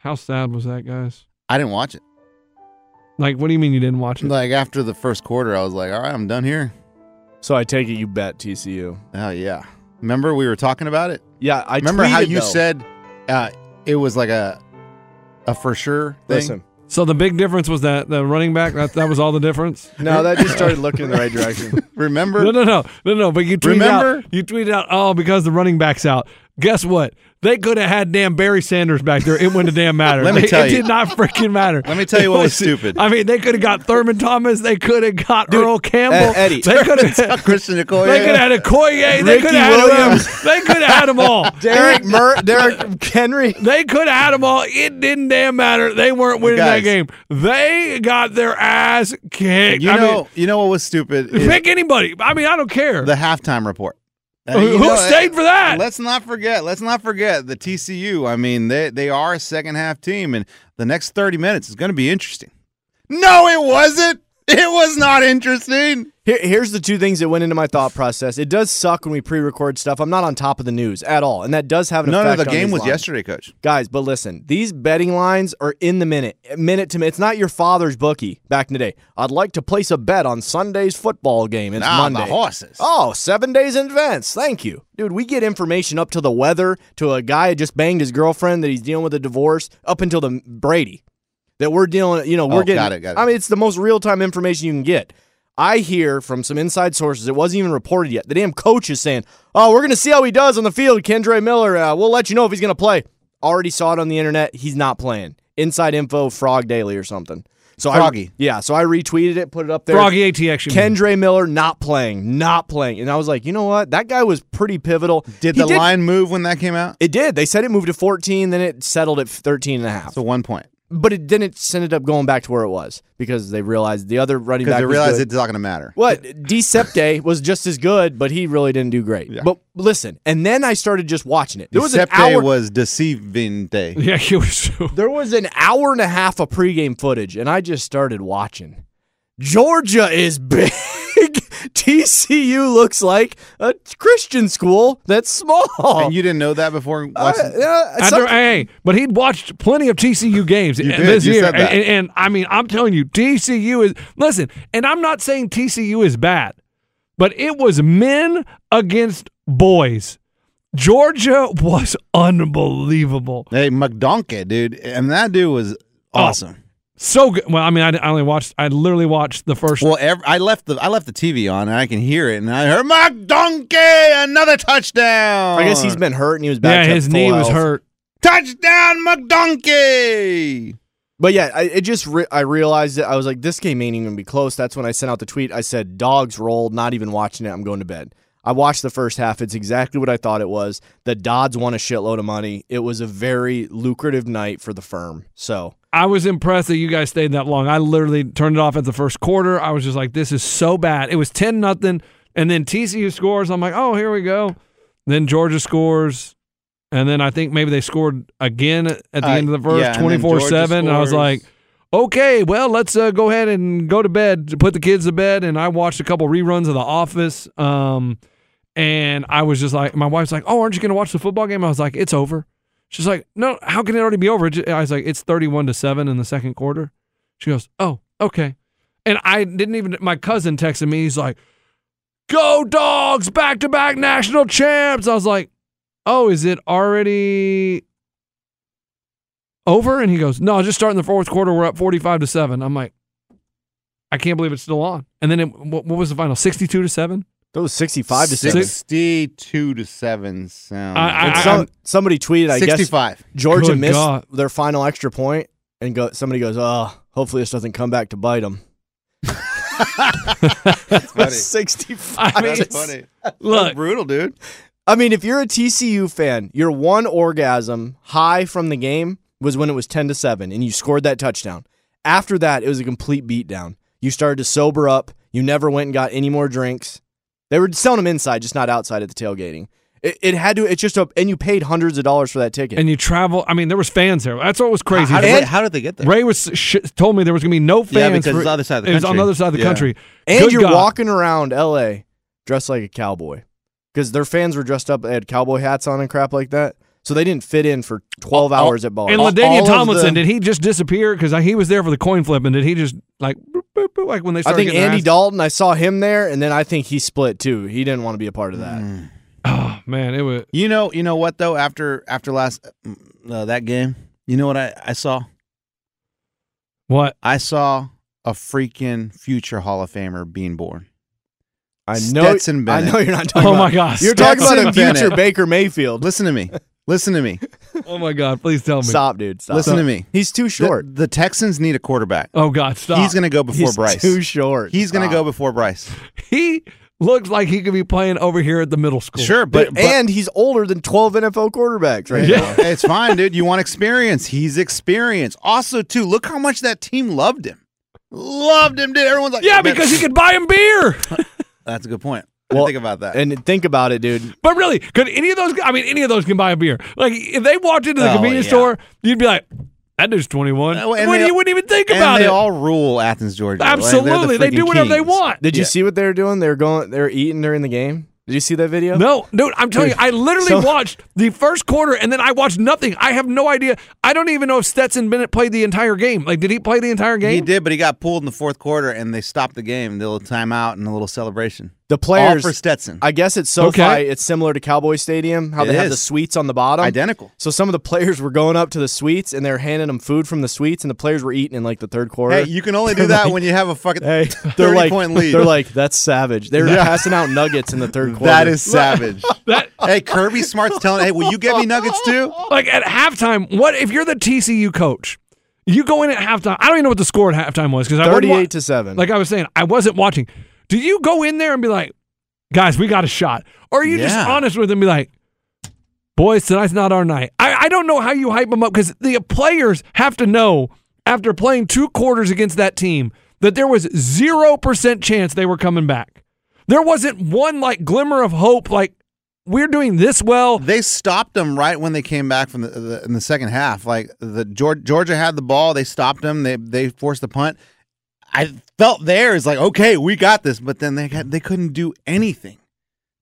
Speaker 2: How sad was that, guys?
Speaker 3: I didn't watch it.
Speaker 2: Like, what do you mean you didn't watch it?
Speaker 3: Like after the first quarter, I was like, all right, I'm done here.
Speaker 4: So I take it you bet TCU.
Speaker 3: Oh yeah. Remember we were talking about it?
Speaker 4: Yeah, I
Speaker 3: Remember how
Speaker 4: tweeted,
Speaker 3: you
Speaker 4: though.
Speaker 3: said uh, it was like a a for sure thing?
Speaker 4: Listen,
Speaker 2: So the big difference was that the running back. That, that was all the difference.
Speaker 4: no, that just started looking in the right direction.
Speaker 3: Remember?
Speaker 2: No, no, no, no, no. But you tweeted
Speaker 3: Remember?
Speaker 2: out. You tweeted out. Oh, because the running back's out. Guess what? They could have had damn Barry Sanders back there. It wouldn't have damn mattered.
Speaker 3: Let me
Speaker 2: They-
Speaker 3: tell
Speaker 2: it
Speaker 3: you.
Speaker 2: did not freaking matter.
Speaker 3: Let me tell you
Speaker 2: It
Speaker 3: what was stupid. E-
Speaker 2: I mean, they could have got Thurman Thomas. They could have got Earl Campbell.
Speaker 4: Ed- Eddie.
Speaker 2: They could have.
Speaker 3: Christian Okoye.
Speaker 2: They could have had a Koye. They
Speaker 4: Ricky
Speaker 2: could have had them.
Speaker 4: Williams.
Speaker 2: They could have had them all.
Speaker 4: Derek Mur- Derek Henry.
Speaker 2: They could have had them all. It didn't damn matter. They weren't winning that game.
Speaker 3: Guys.
Speaker 2: They got their ass kicked.
Speaker 3: You
Speaker 2: I
Speaker 3: know,
Speaker 2: mean,
Speaker 3: you know what was stupid? is
Speaker 2: pick anybody. I mean, I don't care.
Speaker 3: the halftime report. Uh,
Speaker 2: Who-
Speaker 3: you
Speaker 2: who stayed for that?
Speaker 3: Let's not forget. Let's not forget the TCU. I mean, they they are a second half team, and the next thirty minutes is going to be interesting. No, it wasn't. It was not interesting.
Speaker 4: Here, here's the two things that went into my thought process. It does suck when we pre-record stuff. I'm not on top of the news at all, and that does have an
Speaker 3: No, no,
Speaker 4: effect.
Speaker 3: the
Speaker 4: on
Speaker 3: game
Speaker 4: these
Speaker 3: was
Speaker 4: lines.
Speaker 3: yesterday, Coach.
Speaker 4: guys. But listen, these betting lines are in the minute, minute to minute. It's not your father's bookie back in the day. I'd like to place a bet on Sunday's football game. It's
Speaker 3: Nah, the
Speaker 4: Monday.
Speaker 3: horses.
Speaker 4: Oh, seven days in advance. Thank you. Dude, we get information up to the weather, to a guy who just banged his girlfriend that he's dealing with a divorce, up until the Brady. That we're dealing, you know, we're
Speaker 3: Oh,
Speaker 4: getting.
Speaker 3: got it, got it.
Speaker 4: I mean, it's the most real time information you can get. I hear from some inside sources, it wasn't even reported yet. The damn coach is saying, oh, we're going to see how he does on the field, Kendra Miller. Uh, we'll let you know if he's going to play. Already saw it on the internet. He's not playing. Inside info, Frog Daily or something. So I,
Speaker 3: Froggy.
Speaker 4: yeah, so I retweeted it, put it up there.
Speaker 2: Froggy ATX. you mean.
Speaker 4: Kendra Miller not playing, not playing. And I was like, you know what? That guy was pretty pivotal.
Speaker 3: Did
Speaker 4: He
Speaker 3: the line move when that came out?
Speaker 4: It did. They said it moved to 14, then it settled at 13 and a half.
Speaker 3: So one point
Speaker 4: but it then it ended up going back to where it was because they realized the other running
Speaker 3: because
Speaker 4: back
Speaker 3: they
Speaker 4: was
Speaker 3: realized
Speaker 4: good.
Speaker 3: it's not going to matter.
Speaker 4: What Decepte was just as good, but he really didn't do great.
Speaker 3: Yeah.
Speaker 4: But listen, and then I started just watching it. There was an
Speaker 3: Decepte
Speaker 4: hour.
Speaker 3: was deceiving day.
Speaker 2: Yeah, he was.
Speaker 4: there was an hour and a half of pregame footage, and I just started watching. Georgia is big. TCU looks like a Christian school that's small.
Speaker 3: And you didn't know that before
Speaker 4: Oh. Uh,
Speaker 3: watching.
Speaker 4: yeah,
Speaker 2: I
Speaker 4: some-
Speaker 2: don't- hey, but he'd watched plenty of TCU games
Speaker 3: You did,
Speaker 2: this
Speaker 3: you
Speaker 2: year,
Speaker 3: said that.
Speaker 2: And, and I mean, I'm telling you, TCU is listen. And I'm not saying TCU is bad, but it was men against boys. Georgia was unbelievable.
Speaker 3: hey, McDonkey, dude, and that dude was
Speaker 2: Oh.
Speaker 3: awesome.
Speaker 2: So good. Well, I mean, I, I only watched. I literally watched the first.
Speaker 3: Well, ev I left the I left the TV on and I can hear it and I heard McDonkey another touchdown.
Speaker 4: I guess he's been hurt and he was
Speaker 2: yeah,
Speaker 4: back. to
Speaker 2: his
Speaker 4: full
Speaker 2: knee was
Speaker 4: health.
Speaker 2: hurt.
Speaker 3: touchdown McDonkey.
Speaker 4: But yeah, I, it just re- I realized it. I was like, this game ain't even gonna be close. That's when I sent out the tweet. I said, "Dogs rolled. Not even watching it. I'm going to bed." I watched the first half. It's exactly what I thought it was. The Dodds won a shitload of money. It was a very lucrative night for the firm. So
Speaker 2: I was impressed that you guys stayed that long. I literally turned it off at the first quarter. I was just like, this is so bad. It was 10 nothing. And then TCU scores. I'm like, oh, here we go. Then Georgia scores. And then I think maybe they scored again at the
Speaker 3: Uh,
Speaker 2: end of the
Speaker 3: yeah,
Speaker 2: first,
Speaker 3: and then
Speaker 2: 24
Speaker 3: Georgia
Speaker 2: 7. And I was
Speaker 3: scores.
Speaker 2: like, okay, well, let's uh, go ahead and go to bed, to put the kids to bed. And I watched a couple reruns of The Office. Um, and I was just like, my wife's like, oh, aren't you going to watch the football game? I was like, it's over. She's like, no, how can it already be over? It ju- I was like, it's 31 to 7 in the second quarter. She goes, oh, okay. And I didn't even, my cousin texted me. He's like, go dogs, back to back national champs. I was like, oh, is it already over? And he goes, no, just starting the fourth quarter. We're up 45 to seven. I'm like, I can't believe it's still on. And then it, what, what was the final? 62 to seven?
Speaker 4: That was 65 to 7.
Speaker 3: 62 to 7 sounds.
Speaker 2: I-
Speaker 4: And some, somebody tweeted, I guess
Speaker 3: 65.
Speaker 4: Georgia
Speaker 2: Good
Speaker 4: missed
Speaker 2: God.
Speaker 4: their final extra point, and go, somebody goes, "Oh, hopefully this doesn't come back to bite them."
Speaker 3: Funny.
Speaker 4: Sixty-five.
Speaker 2: I mean,
Speaker 3: That's
Speaker 2: it's-
Speaker 3: funny.
Speaker 2: Look,
Speaker 3: Brutal, dude.
Speaker 4: I mean, if you're a TCU fan, your one orgasm high from the game was when it was 10 to 7 and you scored that touchdown. After that, it was a complete beatdown. You started to sober up. You never went and got any more drinks. They were selling them inside, just not outside at the tailgating. It, it had to, it's just a, and you paid hundreds of dollars for that ticket.
Speaker 2: and you travel. I mean, there was fans there. That's what was crazy.
Speaker 3: How, did
Speaker 2: Ray-
Speaker 3: they, how did they get there?
Speaker 2: Ray was sh- told me there was going to be no fans.
Speaker 3: Yeah, because
Speaker 2: for-
Speaker 3: it's the other side of the
Speaker 2: it was on
Speaker 3: country.
Speaker 2: the other side of the
Speaker 3: Yeah.
Speaker 2: country.
Speaker 4: And
Speaker 2: Good
Speaker 4: you're
Speaker 2: God.
Speaker 4: walking around LA dressed like a cowboy because their fans were dressed up. They had cowboy hats on and crap like that. So they didn't fit in for 12 hours at bars.
Speaker 2: And
Speaker 3: All- all
Speaker 2: Ladainian
Speaker 3: of
Speaker 2: Tomlinson,
Speaker 3: the-
Speaker 2: did he just disappear? Because he was there for the coin flip, and did he just like boop, boop, boop, like when they
Speaker 4: I
Speaker 2: started?
Speaker 4: think
Speaker 2: getting their
Speaker 4: Andy
Speaker 2: ass-
Speaker 4: Dalton, I saw him there, and then I think he split too. He didn't want to be a part of that.
Speaker 3: Mm.
Speaker 2: Oh man, it was
Speaker 3: You know, you know what though? After after last uh, that game, you know what I, I saw?
Speaker 2: what?
Speaker 3: I saw a freaking future Hall of Famer being born.
Speaker 4: I know.
Speaker 3: Stetson
Speaker 4: I
Speaker 3: Bennett.
Speaker 4: know you're not talking
Speaker 2: Oh
Speaker 4: about.
Speaker 2: my gosh,
Speaker 4: You're talking about a
Speaker 3: Stetson Bennett.
Speaker 4: future Baker Mayfield.
Speaker 3: Listen to me. Listen to me.
Speaker 2: Oh my God, please tell me.
Speaker 4: Stop, dude. Stop.
Speaker 3: Listen to me.
Speaker 4: He's too
Speaker 3: The-
Speaker 4: short.
Speaker 3: The, Texans need a quarterback.
Speaker 2: Oh God, stop.
Speaker 3: He's going to go before
Speaker 4: He's
Speaker 3: Bryce.
Speaker 4: too short.
Speaker 3: He's going to go
Speaker 4: Stop.
Speaker 3: before Bryce.
Speaker 2: He looks like he could be playing over here at the middle school.
Speaker 3: Sure, but, but
Speaker 4: and he's older than 12 NFL quarterbacks right
Speaker 2: Yeah.
Speaker 4: now.
Speaker 3: it's fine, dude. You want experience? He's experienced. Also, too, look how much that team loved him. Loved him, dude. Everyone's like,
Speaker 2: Yeah,
Speaker 3: "Man,
Speaker 2: because he could buy him beer.
Speaker 3: That's a good point.
Speaker 4: Well,
Speaker 3: I think about that.
Speaker 4: And think about it, dude.
Speaker 2: But really, could any of those? I mean, any of those can buy a beer. Like if they walked into the
Speaker 3: Oh,
Speaker 2: convenience
Speaker 3: yeah.
Speaker 2: store, you'd be like, "That dude's 21."
Speaker 3: Oh,
Speaker 2: Wouldn't-
Speaker 3: and they-
Speaker 2: you wouldn't even think
Speaker 3: And
Speaker 2: about
Speaker 3: they
Speaker 2: it.
Speaker 3: all rule Athens, Georgia. Like, they're the
Speaker 2: Absolutely, they do
Speaker 3: freaking
Speaker 2: whatever they
Speaker 3: kings.
Speaker 2: want.
Speaker 4: Did you
Speaker 3: Yeah.
Speaker 4: see what they were doing? They were going. They were eating during the game. Did you see that video?
Speaker 2: No, dude, I'm telling you, I literally
Speaker 4: So-
Speaker 2: watched the first quarter and then I watched nothing. I have no idea. I don't even know if Stetson Bennett played the entire game. Like, did he play the entire game?
Speaker 3: He did, but he got pulled in the fourth quarter, and they stopped the game. The little timeout and a little celebration.
Speaker 4: The players.
Speaker 3: All for Stetson.
Speaker 4: I guess it's SoFi.
Speaker 2: Okay.
Speaker 4: It's similar to Cowboy Stadium, how
Speaker 3: It
Speaker 4: they have the
Speaker 3: is.
Speaker 4: suites on the bottom.
Speaker 3: Identical.
Speaker 4: So some of the players were going up to the suites and they were handing them food from the suites, and the players were eating in like the third quarter.
Speaker 3: Hey, you can only do that when you have a fucking
Speaker 4: Hey, they're
Speaker 3: 30
Speaker 4: like,
Speaker 3: point lead.
Speaker 4: they're like, that's savage. They were passing out nuggets in the third quarter.
Speaker 3: that is savage.
Speaker 2: That-
Speaker 3: hey, Kirby Smart's telling, hey, will you get me nuggets too?
Speaker 2: Like at halftime, what if you're the TCU coach? You go in at halftime. I don't even know what the score at halftime was because I wasn't wa-
Speaker 4: thirty-eight to seven.
Speaker 2: Like I was saying, I wasn't watching. Do you go in there and be like, guys, we got a shot? Or are you just
Speaker 3: Yeah.
Speaker 2: honest with them and be like, boys, tonight's not our night? I, I don't know how you hype them up because the players have to know after playing two quarters against that team that there was 0% chance they were coming back. There wasn't one like glimmer of hope, like, we're doing this well.
Speaker 3: They stopped them right when they came back from the, the in the second half. Like the Geor- Georgia had the ball, they stopped them. They they forced the punt. I felt there is like, okay, we got this, but then they got, they couldn't do anything.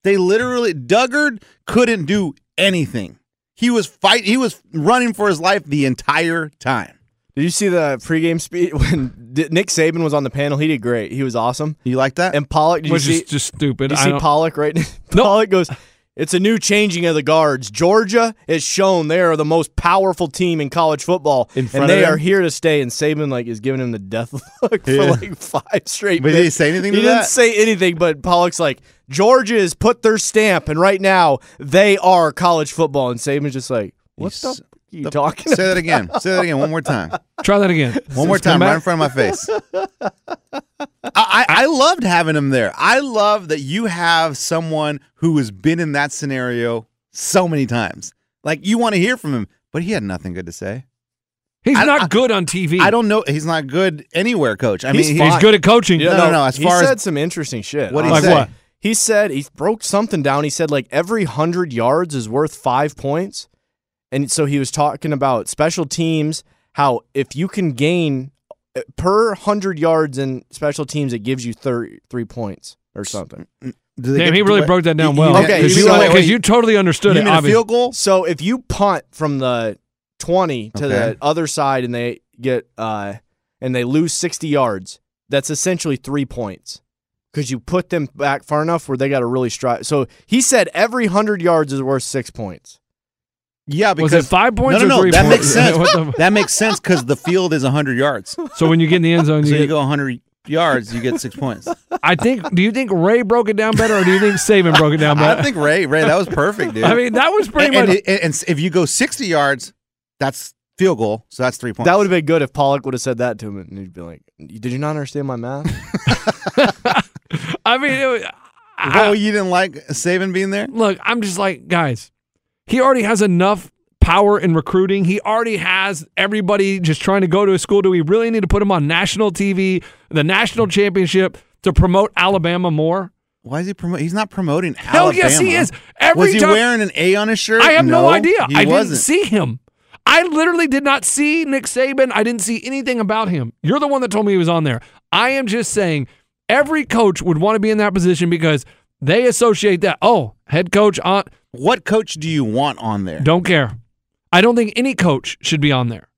Speaker 3: They literally Duggard couldn't do anything. He was fight. He was running for his life the entire time.
Speaker 4: did you see the pregame speech when D- Nick Saban was on the panel? He did great. He was awesome.
Speaker 3: You like that?
Speaker 4: And Pollock, did you
Speaker 2: Which
Speaker 4: see?
Speaker 2: is just stupid.
Speaker 4: did you
Speaker 2: I
Speaker 4: see
Speaker 2: don't-
Speaker 4: Pollock right? Pollock goes. It's a new changing of the guards. Georgia has shown they are the most powerful team in college football,
Speaker 3: In front
Speaker 4: and
Speaker 3: of
Speaker 4: they
Speaker 3: them?
Speaker 4: are here to stay. And Saban like is giving him the death look for
Speaker 3: Yeah.
Speaker 4: like five straight.
Speaker 3: But did he
Speaker 4: minutes.
Speaker 3: say anything
Speaker 4: He
Speaker 3: to
Speaker 4: didn't
Speaker 3: that?
Speaker 4: say anything. But Pollock's like, Georgia has put their stamp, and right now they are college football. And Saban's just like, what
Speaker 3: He's-
Speaker 4: the? F- you talking?
Speaker 3: Say that again. Say that again one more time.
Speaker 2: Try that again.
Speaker 3: One more
Speaker 2: Just come
Speaker 3: time, right
Speaker 2: back.
Speaker 3: in front of my face. I, I, I loved having him there. I love that you have someone who has been in that scenario so many times. Like you want to hear from him, but he had nothing good to say.
Speaker 2: He's
Speaker 3: I-
Speaker 2: not
Speaker 3: I-
Speaker 2: good on TV.
Speaker 3: I don't know. He's not good anywhere, coach. I
Speaker 4: He's
Speaker 3: mean,
Speaker 2: He's good at coaching.
Speaker 3: Yeah, no, no, no, as
Speaker 4: he
Speaker 3: far as-
Speaker 4: said some interesting shit.
Speaker 3: What'd
Speaker 2: he
Speaker 4: honestly.
Speaker 2: say? Like what?
Speaker 4: He said he broke something down. He said like every hundred yards is worth five points, and so he was talking about special teams. How if you can gain uh, per hundred yards in special teams, it gives you thir- three points or something.
Speaker 3: Do they
Speaker 2: Damn,
Speaker 3: get-
Speaker 2: he really
Speaker 3: what-
Speaker 2: broke that down
Speaker 3: You-
Speaker 2: well.
Speaker 3: you-
Speaker 4: Okay,
Speaker 2: Because
Speaker 4: so
Speaker 2: you,
Speaker 4: wait,
Speaker 2: because
Speaker 4: wait.
Speaker 2: you totally
Speaker 3: You
Speaker 2: understood it.
Speaker 3: mean a
Speaker 2: obviously.
Speaker 3: field goal?
Speaker 4: So if you punt from the twenty to
Speaker 3: Okay.
Speaker 4: the other side and they get uh and they lose sixty yards, that's essentially three points because you put them back far enough where they got to really strive. So he said every 100 yards is worth six points.
Speaker 3: Yeah,
Speaker 2: Was
Speaker 3: because
Speaker 2: it five points
Speaker 3: no, no,
Speaker 2: or
Speaker 3: no,
Speaker 2: three
Speaker 3: that
Speaker 2: points?
Speaker 3: makes sense.
Speaker 2: What the-
Speaker 3: that makes sense because the field is hundred yards. So
Speaker 2: so when you get in the end zone, you,
Speaker 3: you
Speaker 2: get-
Speaker 3: go hundred yards, you get six points.
Speaker 2: I think. Do you think Ray broke it down better, or do you think Saban broke it down better?
Speaker 3: I think Ray, Ray, that was perfect, dude.
Speaker 2: I mean, that was pretty
Speaker 3: and,
Speaker 2: much.
Speaker 3: and, and- and if you go sixty yards, that's field goal, so that's three points.
Speaker 4: That would have been good if Pollock would have said that to him, and he'd be like, "Did you not understand my math?"
Speaker 2: I mean, it was, I,
Speaker 3: Oh, you didn't like Saban being there?
Speaker 2: look, I'm just like, guys, he already has enough power in recruiting. He already has everybody just trying to go to a school. Do we really need to put him on national TV, the national championship, to promote Alabama more?
Speaker 3: Why is he promoting? He's not promoting
Speaker 2: Hell
Speaker 3: Alabama.
Speaker 2: yes, he is. Every
Speaker 3: was he
Speaker 2: time-
Speaker 3: wearing an A on his shirt?
Speaker 2: I have no, idea.
Speaker 3: He
Speaker 2: I
Speaker 3: wasn't.
Speaker 2: didn't see him. I literally did not see Nick Saban. I didn't see anything about him. You're the one that told me he was on there. I am just saying every coach would want to be in that position because they associate that. Oh, head coach on
Speaker 3: What coach do you want on there?
Speaker 2: don't care. I don't think any coach should be on there.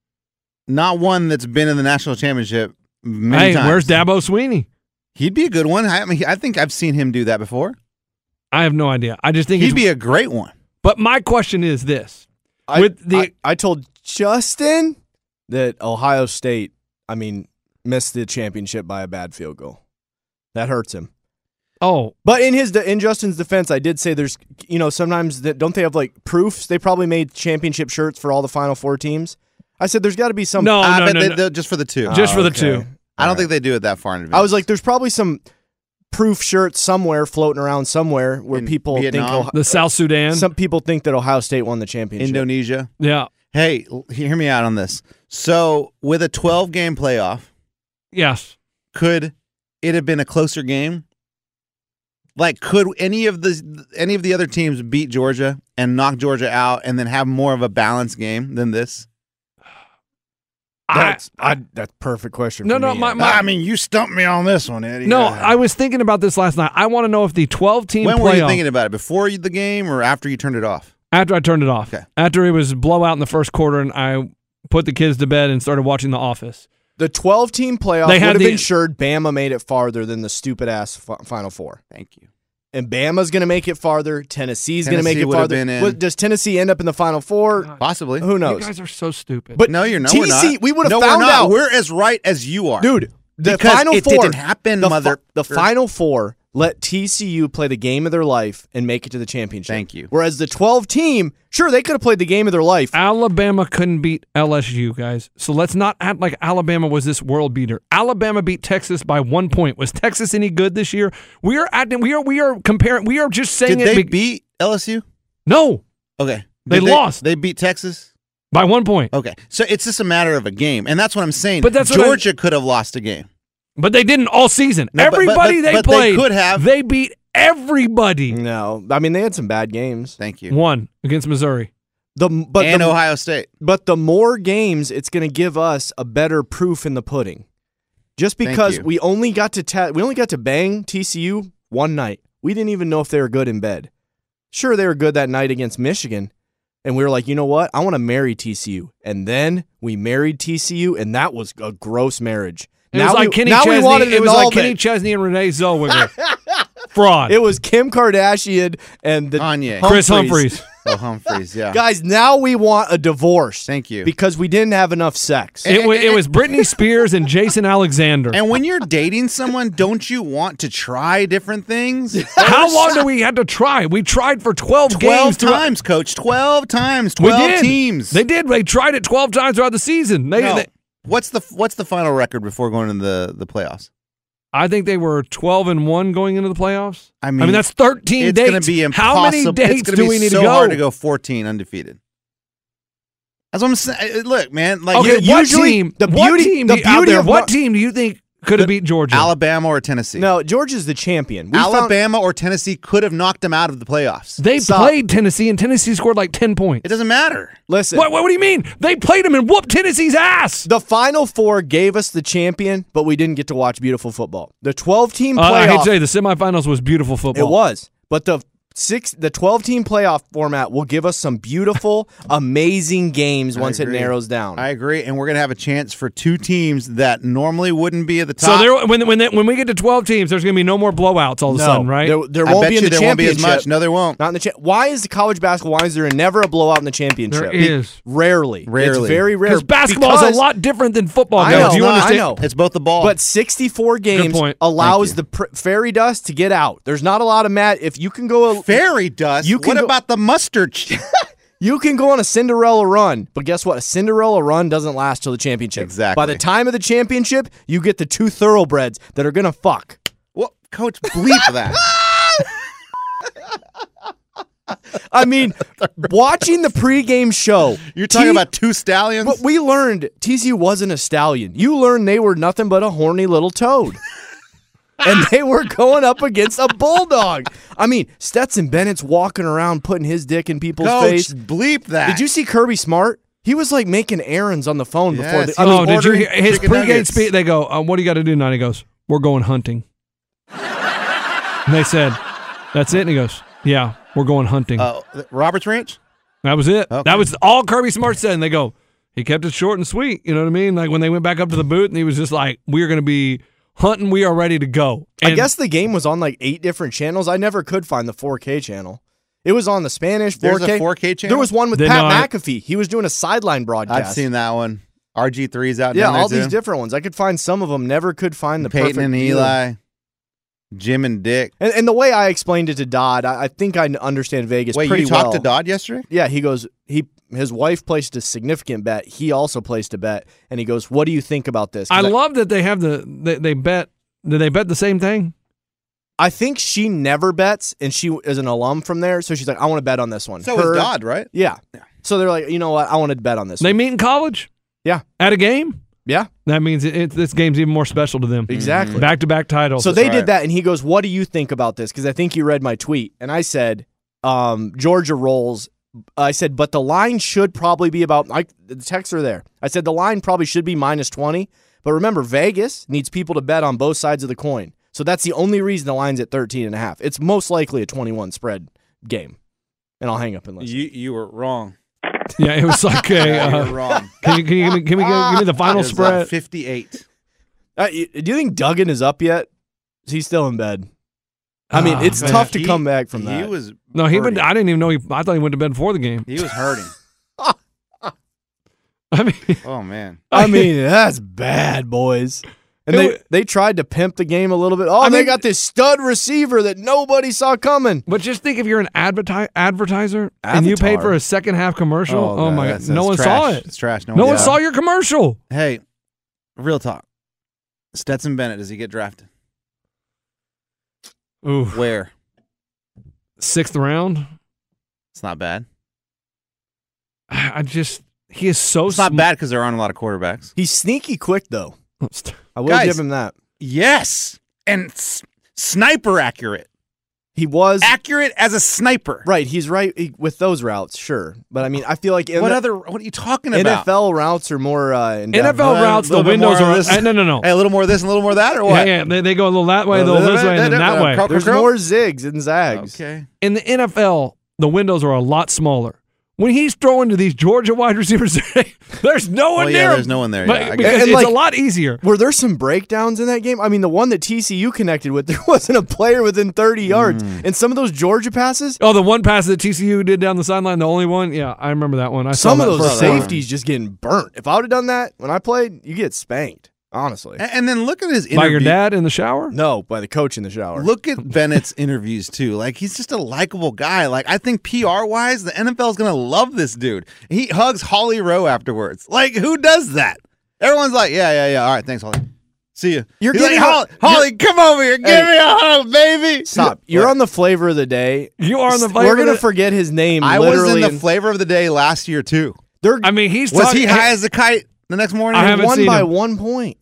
Speaker 3: Not one that's been in the national championship many
Speaker 2: Hey,
Speaker 3: times.
Speaker 2: where's Dabo Sweeney?
Speaker 3: He'd be a good one. I, I mean, I think I've seen him do that before.
Speaker 2: I have no idea. I just think
Speaker 3: He'd
Speaker 2: it's,
Speaker 3: be a great one.
Speaker 2: but my question is this.
Speaker 4: I,
Speaker 2: With the-
Speaker 4: I, I told Justin that Ohio State, I mean, missed the championship by a bad field goal. That hurts him.
Speaker 2: Oh,
Speaker 4: But in his de- in Justin's defense, I did say there's you know sometimes that don't they have like proofs? They probably made championship shirts for all the Final Four teams. I said there's got to be some.
Speaker 2: no,
Speaker 3: I
Speaker 2: Oh, no,
Speaker 3: bet
Speaker 2: no,
Speaker 3: they,
Speaker 2: no.
Speaker 3: they'll- just for the two.
Speaker 2: Just for the
Speaker 4: okay.
Speaker 2: two.
Speaker 3: I don't think they do it that far in advance.
Speaker 4: I was like, there's probably some proof shirts somewhere floating around somewhere where
Speaker 3: In
Speaker 4: people
Speaker 3: Vietnam?
Speaker 4: think
Speaker 2: the South Sudan.
Speaker 4: Ohio- some people think that Ohio State won the championship.
Speaker 3: Indonesia.
Speaker 2: yeah.
Speaker 3: Hey, l- hear me out on this. So, with a 12 game playoff,
Speaker 2: Yes.
Speaker 3: could it have been a closer game? Like, could any of the any of the other teams beat Georgia and knock Georgia out, and then have more of a balanced game than this?
Speaker 2: I,
Speaker 4: that's I, that's perfect question.
Speaker 2: No,
Speaker 4: for
Speaker 2: no,
Speaker 4: me.
Speaker 2: my- my- I
Speaker 3: mean, you stumped me on this one, Eddie.
Speaker 2: no, I was thinking about this last night. I want to know if the 12 team
Speaker 3: When
Speaker 2: playoff
Speaker 3: were you thinking about it? Before you- the game or after you turned it off?
Speaker 2: after I turned it off.
Speaker 3: Okay.
Speaker 2: After it was blowout in the first quarter and I put the kids to bed and started watching The Office.
Speaker 4: The 12 team playoff
Speaker 2: They
Speaker 4: would
Speaker 2: had
Speaker 4: have
Speaker 2: the-
Speaker 4: ensured Bama made it farther than the stupid ass fi- Final Four.
Speaker 3: Thank you.
Speaker 4: And Bama's going to make it farther. Tennessee's going to make
Speaker 3: Tennessee
Speaker 4: it
Speaker 3: would have
Speaker 4: farther.
Speaker 3: been in.
Speaker 4: What- Does Tennessee end up in the Final Four?
Speaker 3: Possibly.
Speaker 4: Who
Speaker 2: You
Speaker 4: knows?
Speaker 2: guys are so stupid.
Speaker 4: But
Speaker 3: no, you're not. we're
Speaker 4: TC,
Speaker 3: not.
Speaker 4: we would have
Speaker 3: No, we're
Speaker 4: found
Speaker 3: not.
Speaker 4: out.
Speaker 3: We're as right as you are,
Speaker 4: Dude, the
Speaker 3: Because
Speaker 4: Final
Speaker 3: it
Speaker 4: 4
Speaker 3: didn't happen,
Speaker 4: the fi-
Speaker 3: mother. er.
Speaker 4: the Final Four let TCU play the game of their life and make it to the championship.
Speaker 3: Thank you. Ah.
Speaker 4: Whereas the 12 team, sure, they could have played the game of their life.
Speaker 2: Alabama couldn't beat LSU, guys. So let's not act like Alabama was this world beater. Alabama beat Texas by one point. Was Texas any good this year? We are acting. We are. We are comparing. We are just saying
Speaker 3: Did
Speaker 2: it.
Speaker 3: they
Speaker 2: be-
Speaker 3: beat LSU?
Speaker 2: no,
Speaker 3: Okay.
Speaker 2: They
Speaker 3: Did
Speaker 2: lost.
Speaker 3: They beat Texas.
Speaker 2: by one point.
Speaker 3: Okay. So it's just a matter of a game, and that's what I'm saying.
Speaker 2: But that's what I-
Speaker 3: Georgia could have lost a game.
Speaker 2: But they didn't all season.
Speaker 3: No, but- but-
Speaker 2: everybody
Speaker 3: but-
Speaker 2: they
Speaker 3: but they
Speaker 2: played
Speaker 3: could have.
Speaker 2: They beat everybody.
Speaker 4: No, I mean, they had some bad games.
Speaker 3: Thank you.
Speaker 2: One against Missouri.
Speaker 4: The, but
Speaker 3: and
Speaker 4: the,
Speaker 3: Ohio State.
Speaker 4: But the more games, it's going to give us a better proof in the pudding. Just
Speaker 3: Thank
Speaker 4: because
Speaker 3: you.
Speaker 4: we only got to ta- we only got to bang TCU one night. We didn't even know if they were good in bed. Sure, they were good that night against Michigan, and we were like, you know what? I want to marry TCU. And then we married TCU, and that was a gross marriage.
Speaker 2: It was like
Speaker 4: we,
Speaker 2: Kenny
Speaker 4: now
Speaker 2: Chesney.
Speaker 4: we wanted
Speaker 2: it was like Kenny
Speaker 4: annulment.
Speaker 2: Chesney and Renee Zellweger. Fraud.
Speaker 4: It was Kim Kardashian and the
Speaker 3: Kanye.
Speaker 2: Chris Humphreys.
Speaker 3: Oh, Humphreys. Yeah.
Speaker 4: Guys, now we want a divorce.
Speaker 3: Thank you.
Speaker 4: Because we didn't have enough sex.
Speaker 2: It, wa- it was Britney Spears and Jason Alexander.
Speaker 3: And when you're dating someone, don't you want to try different things?
Speaker 2: How long do we have to try? We tried for 12, games.
Speaker 3: 12
Speaker 2: throughout-
Speaker 3: times, coach. 12 times.
Speaker 2: We
Speaker 3: 12
Speaker 2: did.
Speaker 3: teams.
Speaker 2: They did. They tried it 12 times throughout the season. They,
Speaker 3: No.
Speaker 2: they-
Speaker 3: what's the what's the final record before going to the, the playoffs?
Speaker 2: I think they were 12 and 1 going into the playoffs.
Speaker 3: I mean,
Speaker 2: I mean that's 13
Speaker 3: It's
Speaker 2: dates.
Speaker 3: gonna be impossible.
Speaker 2: How many dates
Speaker 3: it's gonna
Speaker 2: do
Speaker 3: be
Speaker 2: we need
Speaker 3: so
Speaker 2: to go?
Speaker 3: hard to go 14 undefeated. That's what I'm saying. Look, man, like
Speaker 2: okay,
Speaker 3: you-
Speaker 2: what
Speaker 4: usually-
Speaker 2: team?
Speaker 4: the
Speaker 2: what
Speaker 4: beauty-
Speaker 2: team
Speaker 4: the
Speaker 2: do you- out
Speaker 4: beauty
Speaker 2: there,
Speaker 4: of
Speaker 2: what
Speaker 4: not-
Speaker 2: team do you think could have beat Georgia?
Speaker 3: Alabama or Tennessee.
Speaker 4: No, Georgia's the champion. We found-
Speaker 3: Alabama or Tennessee could have knocked them out of the playoffs.
Speaker 2: They
Speaker 4: Stop.
Speaker 2: played Tennessee, and Tennessee scored like 10 points.
Speaker 3: It doesn't matter.
Speaker 4: listen,
Speaker 2: What, what, what do you mean? They played them and whooped Tennessee's ass.
Speaker 4: the Final Four gave us the champion, but we didn't get to watch beautiful football. The 12 team
Speaker 2: Uh, I hate to
Speaker 4: playoff,
Speaker 2: say, the semifinals was beautiful football.
Speaker 4: it was, but the six the 12 team playoff format will give us some beautiful, amazing games once it
Speaker 3: agree.
Speaker 4: narrows down.
Speaker 3: I agree, and we're gonna have a chance for two teams that normally wouldn't be at the
Speaker 2: So
Speaker 3: top.
Speaker 2: there, when when they, when we get to twelve teams, there's going to be no more blowouts all of a sudden, right?
Speaker 4: There, there
Speaker 3: I
Speaker 4: won't
Speaker 3: bet
Speaker 4: be in
Speaker 3: you
Speaker 4: the
Speaker 3: there won't be
Speaker 4: championship.
Speaker 3: as much. No, there won't.
Speaker 4: Not in the cha- Why is the college basketball? Why is there never a blowout in the
Speaker 2: There
Speaker 4: championship?
Speaker 2: is.
Speaker 4: rarely. It's
Speaker 3: Rarely.
Speaker 4: very rare.
Speaker 2: because basketball
Speaker 4: because-
Speaker 2: is a lot different than football.
Speaker 4: I
Speaker 2: guys.
Speaker 4: know,
Speaker 2: Do you
Speaker 4: no, I
Speaker 2: understand?
Speaker 4: know.
Speaker 3: It's both the ball.
Speaker 4: But 64 games
Speaker 2: point.
Speaker 3: Thank
Speaker 4: allows
Speaker 3: you.
Speaker 4: the pr- fairy dust to get out. There's not a lot of mat. If you can go, a,
Speaker 3: fairy dust.
Speaker 4: You
Speaker 3: You
Speaker 4: can
Speaker 3: what
Speaker 4: go-
Speaker 3: about the mustard? ch-
Speaker 4: you can go on a Cinderella run. But guess what? A Cinderella run doesn't last till the championship.
Speaker 3: Exactly.
Speaker 4: By the time of the championship, you get the two thoroughbreds that are gonna fuck.
Speaker 3: well, coach, bleep that.
Speaker 4: I mean, watching the pregame show.
Speaker 3: You're talking
Speaker 4: T-
Speaker 3: about two stallions.
Speaker 4: But we learned TCU wasn't a stallion. You learned they were nothing but a horny little toad. and they were going up against a bulldog. I mean, Stetson Bennett's walking around putting his dick in people's
Speaker 3: coach,
Speaker 4: face.
Speaker 3: bleep that.
Speaker 4: Did you see Kirby Smart? He was like making errands on the phone before
Speaker 3: Yes,
Speaker 4: the I
Speaker 3: he
Speaker 4: mean,
Speaker 2: oh, did you
Speaker 3: ordering
Speaker 2: hear his
Speaker 3: chicken
Speaker 2: pregame
Speaker 3: nuggets.
Speaker 2: speech? They go, uh, "What do you got to do now?" And he goes, "We're going hunting." and they said, "That's it." And he goes, "Yeah, we're going hunting."
Speaker 3: Uh, Roberts Ranch?
Speaker 2: that was it.
Speaker 3: okay.
Speaker 2: That was all Kirby Smart said. And they go, "He kept it short and sweet." You know what I mean? Like when they went back up to the booth, and he was just like, "We're going to be hunting. We are ready to go."
Speaker 4: I
Speaker 2: And-
Speaker 4: guess the game was on like eight different channels. I never could find the 4K channel. It was on the Spanish 4K.
Speaker 3: There's a 4K channel?
Speaker 4: There was one with
Speaker 2: Then
Speaker 4: Pat
Speaker 2: no, I-
Speaker 4: McAfee. He was doing a sideline broadcast.
Speaker 3: I've seen that one. RG3's out
Speaker 4: Yeah,
Speaker 3: down there
Speaker 4: all these
Speaker 3: too.
Speaker 4: different ones. I could find some of them. Never could find the
Speaker 3: Peyton
Speaker 4: perfect
Speaker 3: and
Speaker 4: view.
Speaker 3: Eli, Jim and Dick.
Speaker 4: And, and the way I explained it to Dodd, I, I think I understand Vegas
Speaker 3: Wait,
Speaker 4: pretty
Speaker 3: you talked
Speaker 4: well.
Speaker 3: to Dodd yesterday?
Speaker 4: Yeah, he goes. He his wife placed a significant bet. He also placed a bet, and he goes, "What do you think about this?" 'Cause
Speaker 2: I love that they have the they, they bet. Did they bet the same thing?
Speaker 4: I think she never bets, and she is an alum from there, so she's like, "I want to bet on this one."
Speaker 3: So
Speaker 4: Her-
Speaker 3: is Dodd, right?
Speaker 4: Yeah. So they're like, you know what? I want to bet on this.
Speaker 2: They
Speaker 4: one."
Speaker 2: meet in college
Speaker 4: Yeah.
Speaker 2: at a game.
Speaker 4: Yeah.
Speaker 2: That means it, it, this game's even more special to them.
Speaker 4: Exactly.
Speaker 2: Back to back titles.
Speaker 4: So they
Speaker 3: Right.
Speaker 4: did that, and he goes, "What do you think about this?" Because I think you read my tweet, and I said, um, "Georgia rolls." I said, "But the line should probably be about." I, the texts are there. I said the line probably should be minus twenty, but remember, Vegas needs people to bet on both sides of the coin, so that's the only reason the line's at 13 and a half. It's most likely a twenty-one spread game, and I'll hang up and listen.
Speaker 3: you were wrong.
Speaker 2: yeah, it was like a.
Speaker 3: Yeah,
Speaker 2: Uh,
Speaker 3: you're wrong.
Speaker 2: can you, can you give, me, can we give, give me the final
Speaker 3: It was, uh,
Speaker 2: spread?
Speaker 3: 58.
Speaker 4: Uh, y- do you think Duggan is up yet? Is he still in bed? I mean,
Speaker 2: Ah,
Speaker 4: it's
Speaker 2: man.
Speaker 4: tough to
Speaker 3: He-
Speaker 4: come back from that.
Speaker 3: He was
Speaker 2: No, he
Speaker 3: hurting.
Speaker 2: went. I didn't even know he. I thought he went to bed before the game.
Speaker 3: He was hurting.
Speaker 2: I mean,
Speaker 3: Oh man.
Speaker 4: I mean, that's bad, boys. And
Speaker 2: It
Speaker 4: they,
Speaker 2: wa-
Speaker 4: they tried to pimp the game a little bit. Oh,
Speaker 2: I
Speaker 4: they
Speaker 2: mean-
Speaker 4: got this stud receiver that nobody saw coming.
Speaker 2: but just think if you're an adverti- advertiser and you paid
Speaker 4: Avatar.
Speaker 2: for a second half commercial. Oh,
Speaker 3: God,
Speaker 2: my god,
Speaker 3: that's-
Speaker 2: no
Speaker 3: that's
Speaker 2: one
Speaker 3: trash.
Speaker 2: saw it.
Speaker 3: It's trash. No,
Speaker 2: No one
Speaker 3: did.
Speaker 2: saw your commercial.
Speaker 3: Hey, real talk. Stetson Bennett, does he get drafted?
Speaker 2: Ooh,
Speaker 3: Where?
Speaker 2: sixth round.
Speaker 3: It's not bad.
Speaker 2: I just he is so.
Speaker 3: It's not
Speaker 2: sm-
Speaker 3: bad because there aren't a lot of quarterbacks.
Speaker 4: He's sneaky quick, though. I will
Speaker 3: Guys.
Speaker 4: give him that.
Speaker 3: Yes, and s- sniper accurate,
Speaker 4: He was
Speaker 3: accurate as a sniper.
Speaker 4: right. He's right he- with those routes, sure. But I mean, I feel like in
Speaker 3: What
Speaker 4: the-
Speaker 3: other? What are you talking about?
Speaker 4: NFL routes are more uh, in depth.
Speaker 2: NFL routes, the
Speaker 3: little bit
Speaker 2: windows
Speaker 3: more
Speaker 2: are.
Speaker 3: of this.
Speaker 2: Uh, no, no, no.
Speaker 3: Hey, a little more of this and a little more of that, or what?
Speaker 2: Yeah, yeah. They, Oh, they go a little that way,
Speaker 3: Uh,
Speaker 2: little
Speaker 3: uh,
Speaker 2: this way, and then
Speaker 3: uh,
Speaker 2: that
Speaker 3: uh,
Speaker 2: way.
Speaker 3: Croc-
Speaker 4: There's
Speaker 3: Croc-
Speaker 4: more zigs and zags.
Speaker 3: Okay.
Speaker 2: in the NFL, the windows are a lot smaller. When he's throwing to these Georgia wide receivers, there's no one
Speaker 3: Well,
Speaker 2: there.
Speaker 3: yeah, there's no one there.
Speaker 2: But-
Speaker 3: Yeah, I
Speaker 2: because
Speaker 3: guess.
Speaker 4: And,
Speaker 2: it's
Speaker 4: like-
Speaker 2: a lot easier.
Speaker 4: Were there some breakdowns in that game? I mean, the one that TCU connected with, there wasn't a player within 30 yards.
Speaker 3: Hmm.
Speaker 4: And some of those Georgia passes,
Speaker 2: Oh, the one pass that TCU did down the sideline, the only one. Yeah, I remember that one. I saw
Speaker 4: some of
Speaker 2: that
Speaker 4: those
Speaker 2: first one.
Speaker 4: safeties just getting burnt. If I would have done that when I played, you get spanked. Honestly,
Speaker 3: And, and then look at his interview.
Speaker 2: by your dad in the shower.
Speaker 4: no, by the coach in the shower.
Speaker 3: Look at Bennett's interviews too. Like he's just a likable guy. Like I think PR wise, the NFL is gonna love this dude. He hugs Holly Rowe afterwards. Like who does that? Everyone's like, yeah, yeah, yeah. All right, thanks, Holly. See you.
Speaker 4: You're
Speaker 3: He's like,
Speaker 4: getting
Speaker 3: Holly,
Speaker 4: a-
Speaker 3: Holly, come over here. Give
Speaker 4: Hey.
Speaker 3: me a hug, baby.
Speaker 4: Stop. You're on the flavor of the day.
Speaker 2: You are on the.
Speaker 4: We're gonna
Speaker 2: that-
Speaker 4: forget his name.
Speaker 3: I was
Speaker 4: literally
Speaker 3: in the
Speaker 4: and-
Speaker 3: flavor of the day last year too.
Speaker 4: they're
Speaker 2: I mean, he's.
Speaker 3: Was
Speaker 2: talking-
Speaker 3: he high as a kite the next morning?
Speaker 2: I haven't
Speaker 4: one
Speaker 2: seen
Speaker 4: by
Speaker 2: him.
Speaker 4: one point.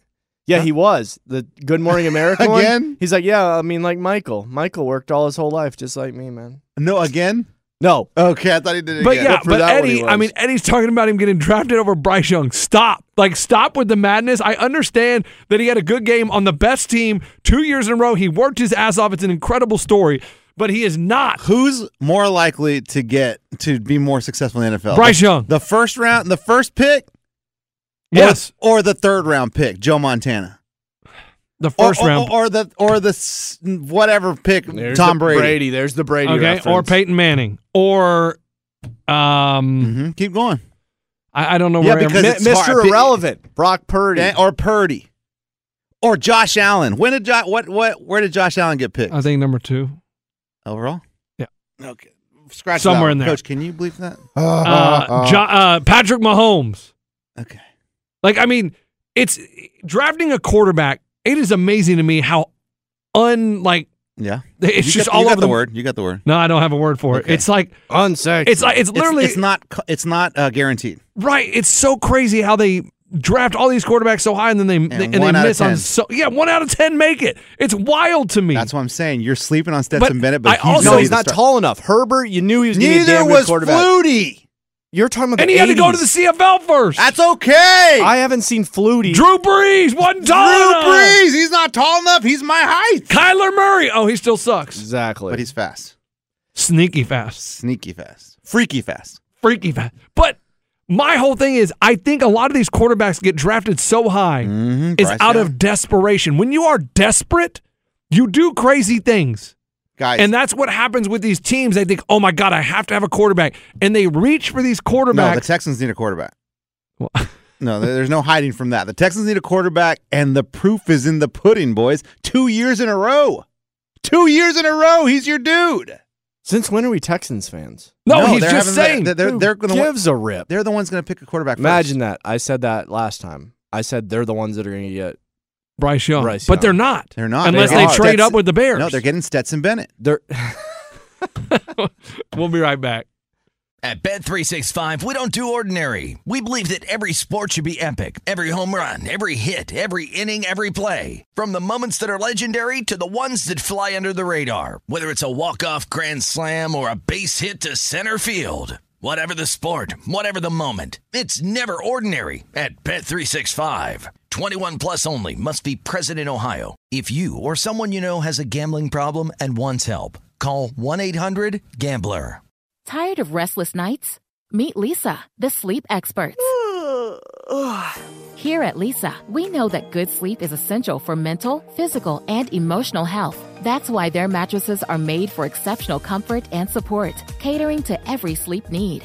Speaker 4: Yeah, he was the Good Morning America One.
Speaker 3: Again?
Speaker 4: He's like, yeah, I mean, like Michael. Michael worked all his whole life, just like me, man.
Speaker 3: No, again.
Speaker 4: No,
Speaker 3: Okay, I thought he did it.
Speaker 2: But
Speaker 3: again.
Speaker 2: yeah,
Speaker 4: for
Speaker 2: but
Speaker 4: that one he
Speaker 2: Eddie, I
Speaker 4: was.
Speaker 2: mean, Eddie's talking about him getting drafted over Bryce Young. Stop. Like, stop with the madness. I understand that he had a good game on the best team two years in a row. He worked his ass off. It's an incredible story. but he is not.
Speaker 3: Who's more likely to get to be more successful in the NFL?
Speaker 2: Bryce Young.
Speaker 3: The first round, the first pick, or-
Speaker 2: Yes,
Speaker 3: or, the third round pick, Joe Montana.
Speaker 2: the
Speaker 3: Or-
Speaker 2: first
Speaker 3: or,
Speaker 2: round.
Speaker 3: or, the or the s- whatever pick,
Speaker 4: There's
Speaker 3: Tom
Speaker 4: the
Speaker 3: Brady.
Speaker 4: There's the Brady.
Speaker 2: okay, or
Speaker 4: reference.
Speaker 2: Peyton Manning, or um,
Speaker 3: hmm Keep going,
Speaker 2: I, I don't know
Speaker 3: Yeah,
Speaker 2: where.
Speaker 3: because-
Speaker 4: Mi-
Speaker 3: it's hard.
Speaker 4: Mr.
Speaker 3: Pick-
Speaker 4: Irrelevant, Brock Purdy.
Speaker 3: Yeah, or Purdy, or Josh Allen. When did jo- what what where did Josh Allen get picked
Speaker 2: I think number two.
Speaker 3: overall?
Speaker 2: Uh, Yeah.
Speaker 3: Okay. Scratch that
Speaker 2: Somewhere
Speaker 3: one.
Speaker 2: in there.
Speaker 3: Coach, can you believe that?
Speaker 8: Uh-huh,
Speaker 2: Uh, Jo- uh, Patrick Mahomes.
Speaker 3: Okay.
Speaker 2: Like, I mean, it's drafting a quarterback. It is amazing to me how unlike
Speaker 3: Yeah.
Speaker 2: it's
Speaker 3: you
Speaker 2: just
Speaker 3: got,
Speaker 2: all
Speaker 3: you got
Speaker 2: over
Speaker 3: the
Speaker 2: the-
Speaker 3: word. You got the word.
Speaker 2: No, I don't have a word for it.
Speaker 3: Okay.
Speaker 2: It's like
Speaker 4: Unsexy.
Speaker 2: it's like it's
Speaker 3: It's-
Speaker 2: literally
Speaker 3: it's, not co- it's not uh, guaranteed.
Speaker 2: right. It's so crazy how they draft all these quarterbacks so high and then they they- and,
Speaker 3: one
Speaker 2: they
Speaker 3: out of
Speaker 2: miss on
Speaker 3: 10.
Speaker 2: so yeah one out of ten make it. It's wild to me.
Speaker 3: That's what I'm saying. You're sleeping on Stetson
Speaker 2: But
Speaker 3: Bennett, but
Speaker 2: I
Speaker 3: he's
Speaker 2: also-
Speaker 3: gonna
Speaker 4: no,
Speaker 3: be
Speaker 4: he's
Speaker 3: the
Speaker 4: not
Speaker 3: star-
Speaker 4: tall enough. Herbert, you knew he was going to be a
Speaker 3: Neither
Speaker 4: damn good
Speaker 3: was
Speaker 4: quarterback.
Speaker 3: Flutie.
Speaker 4: You're talking about
Speaker 2: and
Speaker 4: the
Speaker 2: he had to go
Speaker 4: 80s.
Speaker 2: to the CFL first.
Speaker 3: That's okay.
Speaker 4: I haven't seen Flutie.
Speaker 2: Drew Brees wasn't
Speaker 3: Drew
Speaker 2: tall enough.
Speaker 3: Brees. He's not tall enough. He's my height.
Speaker 2: Kyler Murray. Oh, he still sucks.
Speaker 4: exactly.
Speaker 3: But he's fast.
Speaker 2: Sneaky fast.
Speaker 3: Sneaky fast. Freaky fast.
Speaker 2: freaky fast. But my whole thing is, I think a lot of these quarterbacks get drafted so high
Speaker 3: Mhm,
Speaker 2: it's
Speaker 3: Bryce
Speaker 2: out
Speaker 3: Young.
Speaker 2: of desperation. When you are desperate, you do crazy things.
Speaker 3: Guys.
Speaker 2: And that's what happens with these teams. They think, oh my God, I have to have a quarterback. And they reach for these
Speaker 3: no, the
Speaker 2: quarterbacks.
Speaker 3: Texans need a quarterback.
Speaker 2: Well-
Speaker 3: No, there- there's no hiding from that. The Texans need a quarterback, and the proof is in the pudding, boys. Two years in a row. Two years in a row. He's your dude.
Speaker 4: Since when are we Texans fans?
Speaker 2: no, he's
Speaker 3: they're
Speaker 2: just
Speaker 3: having that-
Speaker 2: saying.
Speaker 3: They're, they're, they're
Speaker 4: Who
Speaker 3: gonna, wa-
Speaker 4: gives a rip?
Speaker 3: they're the ones going to pick a quarterback
Speaker 4: Imagine that. I said that last time. I said they're the ones that are going to get.
Speaker 2: "Hmm, Bryce Young.
Speaker 4: Bryce
Speaker 2: But
Speaker 4: Young.
Speaker 2: they're not.
Speaker 3: They're not.
Speaker 2: Unless
Speaker 3: They're
Speaker 2: they
Speaker 3: not.
Speaker 2: trade
Speaker 3: That's-
Speaker 2: up with the Bears.
Speaker 3: first. No, they're getting Stetson Bennett.
Speaker 4: They're
Speaker 2: we'll be right back.
Speaker 6: At Bet365, we don't do ordinary. We believe that every sport should be epic. Every home run, every hit, every inning, every play. From the moments that are legendary to the ones that fly under the radar. Whether it's a walk-off grand slam or a base hit to center field. Whatever the sport, whatever the moment, it's never ordinary at Bet365. 21 plus only must be present in Ohio. If you or someone you know has a gambling problem and wants help, call 1-800-GAMBLER.
Speaker 7: Tired of restless nights? Meet Lisa, the sleep experts. Here at Lisa, we know that good sleep is essential for mental, physical, and emotional health. That's why their mattresses are made for exceptional comfort and support, catering to every sleep need.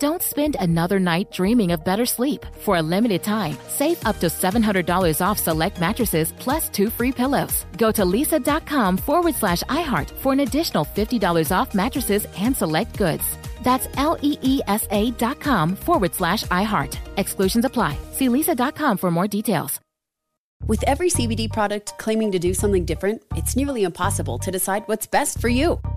Speaker 7: Don't spend another night dreaming of better sleep. For a limited time, save up to $700 off select mattresses plus two free pillows. Go to lisa.com forward slash iHeart for an additional $50 off mattresses and select goods. That's L E E S A dot com forward slash iHeart. Exclusions apply. See lisa.com for more details.
Speaker 1: With every CBD product claiming to do something different, it's nearly impossible to decide what's best for you.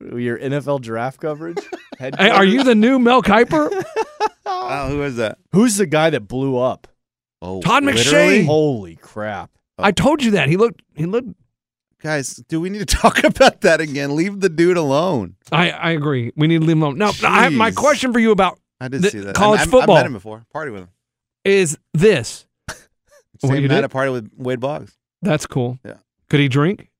Speaker 4: your NFL draft coverage. Head
Speaker 2: Hey, are
Speaker 4: coverage?
Speaker 2: you the new Mel Kiper?
Speaker 3: Oh, who is that?
Speaker 4: Who's the guy that blew up?
Speaker 3: Oh,
Speaker 2: Todd
Speaker 3: literally?
Speaker 2: McShay.
Speaker 4: Holy crap!
Speaker 2: I told you that. He looked he looked
Speaker 3: Guys, do we need to talk about that again? Leave the dude alone.
Speaker 2: I, I agree. We need to leave him alone. Now, I, my
Speaker 3: Jeez.
Speaker 2: question for you about
Speaker 3: I did
Speaker 2: The-
Speaker 3: see that.
Speaker 2: college
Speaker 3: I, I,
Speaker 2: football.
Speaker 3: I met him before. Party with him.
Speaker 2: is this. What,
Speaker 3: Same
Speaker 2: you
Speaker 3: night
Speaker 2: did?
Speaker 3: I party with Wade Boggs.
Speaker 2: That's cool.
Speaker 3: Yeah.
Speaker 2: Could he drink?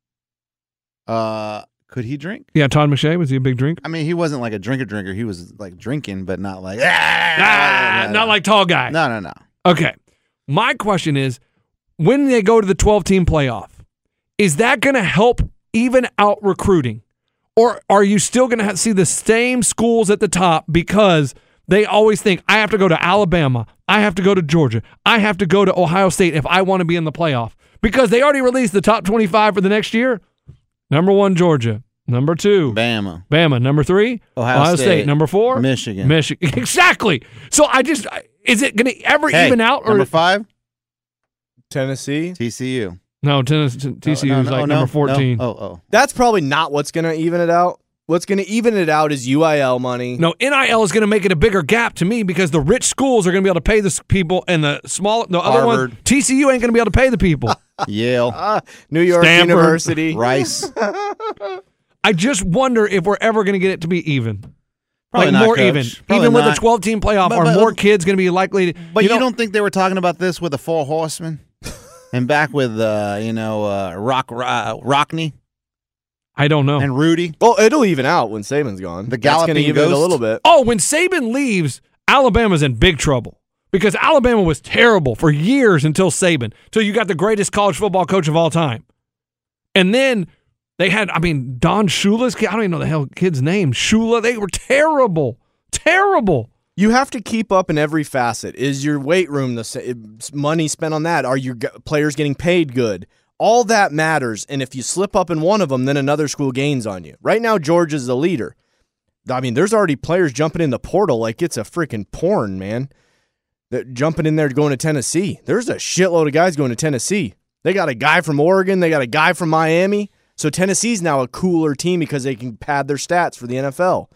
Speaker 3: Uh, could he drink?
Speaker 2: Yeah, Todd McShay, was he a big drinker?
Speaker 3: I mean, he wasn't like a drinker drinker. He was like drinking, but not like
Speaker 2: Ah,
Speaker 3: ah,
Speaker 2: not like tall guy.
Speaker 3: no, no, no.
Speaker 2: Okay. My question is when they go to the 12 team playoff, is that going to help even out recruiting? Or are you still going to see the same schools at the top because they always think, I have to go to Alabama, I have to go to Georgia, I have to go to Ohio State if I want to be in the playoff? because they already released the top 25 for the next year. Number one, Georgia. Number two,
Speaker 3: Bama.
Speaker 2: Bama. Number three,
Speaker 3: Ohio
Speaker 2: State.
Speaker 3: State.
Speaker 2: Number four,
Speaker 3: Michigan.
Speaker 2: Michigan. Exactly. So I just, I- is it going to ever
Speaker 3: Hey,
Speaker 2: even out? Or
Speaker 3: number five,
Speaker 4: Tennessee.
Speaker 3: TCU.
Speaker 2: no, Tennessee, TCU
Speaker 3: No, no,
Speaker 2: is like
Speaker 3: no,
Speaker 2: number
Speaker 3: no,
Speaker 2: 14.
Speaker 3: no. Oh, oh.
Speaker 4: That's probably not what's going to even it out. What's going to even it out is UIL money.
Speaker 2: No, NIL is going to make it a bigger gap to me because the rich schools are going to be able to pay the s- people, and the small, the other one,
Speaker 3: Harvard.
Speaker 2: TCU ain't going to be able to pay the people.
Speaker 3: Yale,
Speaker 4: Ah, New York
Speaker 2: Stanford.
Speaker 4: University.
Speaker 3: Rice.
Speaker 2: I just wonder if we're ever going to get it to be even.
Speaker 3: Probably
Speaker 2: like
Speaker 3: not,
Speaker 2: more
Speaker 3: Coach.
Speaker 2: even.
Speaker 3: Probably
Speaker 2: even with a
Speaker 3: not.
Speaker 2: 12 team playoff,
Speaker 3: But-
Speaker 2: are
Speaker 3: but-
Speaker 2: more kids going to be likely to.
Speaker 3: But you,
Speaker 2: know,
Speaker 3: don't, think they were talking about this with the four horsemen, and back with uh, you know uh, Rock uh, Rockney
Speaker 2: I don't know.
Speaker 3: and Rudy.
Speaker 4: Well, it'll even out when Saban's gone.
Speaker 3: The
Speaker 4: That's gonna
Speaker 3: galloping
Speaker 4: even it a
Speaker 3: ghost.
Speaker 4: little bit.
Speaker 2: Oh, when Saban leaves, Alabama's in big trouble because Alabama was terrible for years until Saban, till you got the greatest college football coach of all time. And then they had, I mean, Don Shula's kid. I don't even know the hell kid's name. Shula. They were terrible, terrible.
Speaker 4: You have to keep up in every facet. Is your weight room the sa- it's money spent on that? Are your g- players getting paid good? All that matters. And if you slip up in one of them, then another school gains on you. Right now, Georgia's the leader. I mean, there's already players jumping in the portal like it's a freaking porn, man. That jumping in there going to Tennessee. There's a shitload of guys going to Tennessee. They got a guy from Oregon. They got a guy from Miami. So Tennessee's now a cooler team because they can pad their stats for the NFL.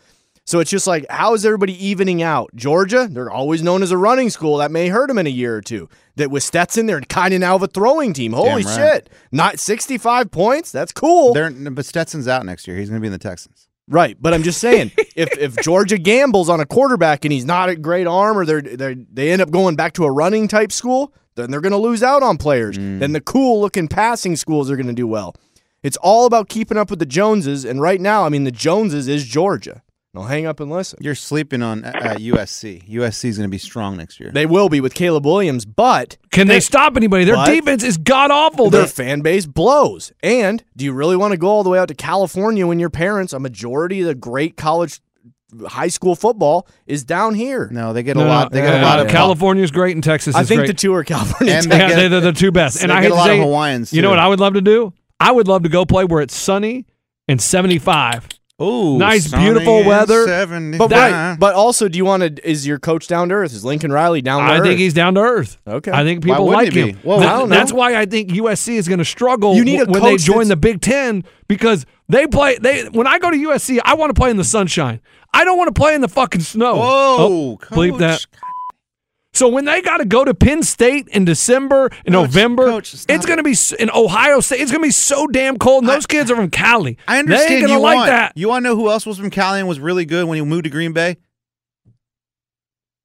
Speaker 4: So it's just like, how is everybody evening out? Georgia, they're always known as a running school. That may hurt them in a year or two. That with Stetson, they're kind of now of a throwing team. Holy
Speaker 3: Damn right.
Speaker 4: shit. Not 65 points. That's
Speaker 2: Oh.
Speaker 4: cool.
Speaker 3: They're, but Stetson's out next year. He's going to be in the Texans.
Speaker 4: Right, but I'm just saying, if if Georgia gambles on a quarterback and he's not a great arm, or they they they end up going back to a running type school, then they're going to lose out on players.
Speaker 2: Mm.
Speaker 4: Then the cool looking passing schools are going to do well. It's all about keeping up with the Joneses, and right now, I mean, the Joneses is Georgia. Now hang up and listen.
Speaker 3: You're sleeping on uh, uh, USC. USC is going to be strong next year.
Speaker 4: They will be with Caleb Williams, but
Speaker 2: Can they stop anybody? Their
Speaker 4: What?
Speaker 2: defense is god awful.
Speaker 4: their fan base blows. And do you really want to go all the way out to California when your parents, a majority of the great college, high school football, is down here?
Speaker 3: no, they get a lot. They get a
Speaker 2: no,
Speaker 3: lot
Speaker 2: no.
Speaker 3: of
Speaker 2: California's great and Texas
Speaker 4: I
Speaker 2: is
Speaker 4: think
Speaker 2: great.
Speaker 4: the two are California.
Speaker 3: And
Speaker 4: Tech.
Speaker 3: they
Speaker 2: yeah,
Speaker 3: get-
Speaker 2: they, are the two best. And
Speaker 3: they
Speaker 2: I hate
Speaker 3: get a
Speaker 2: to
Speaker 3: lot of
Speaker 2: say,
Speaker 3: Hawaiians,
Speaker 2: You know
Speaker 3: too.
Speaker 2: what I would love to do? I would love to go play where it's sunny and 75.
Speaker 3: Ooh,
Speaker 2: Nice,
Speaker 3: sunny
Speaker 2: beautiful
Speaker 3: and
Speaker 2: weather.
Speaker 3: 79.
Speaker 4: But right, but also, do you want to? Is your coach down to earth? Is Lincoln Riley down to
Speaker 2: I
Speaker 4: earth?
Speaker 2: think he's down to earth.
Speaker 4: Okay.
Speaker 2: I think
Speaker 3: Why
Speaker 2: people
Speaker 3: wouldn't
Speaker 2: like
Speaker 3: he be?
Speaker 2: him.
Speaker 3: Well,
Speaker 2: Th-
Speaker 4: I don't know.
Speaker 2: That's why I think USC is going to struggle
Speaker 4: You need a
Speaker 2: wh- when they
Speaker 4: coach
Speaker 2: join
Speaker 4: that's-
Speaker 2: the Big 10 because they play they when I go to USC, I want to play in the sunshine. I don't want to play in the fucking snow.
Speaker 3: Whoa,
Speaker 2: oh, bleep
Speaker 3: Coach.
Speaker 2: that. So when they got to go to Penn State in December, in
Speaker 3: Coach,
Speaker 2: November,
Speaker 3: Coach, stop
Speaker 2: it's going to be s- in Ohio State. It's going to be so damn cold. And those kids are from Cali.
Speaker 3: I understand
Speaker 2: They ain't
Speaker 3: you
Speaker 2: gonna like
Speaker 3: want
Speaker 2: that.
Speaker 3: You want to know who else was from Cali and was really good when he moved to Green Bay?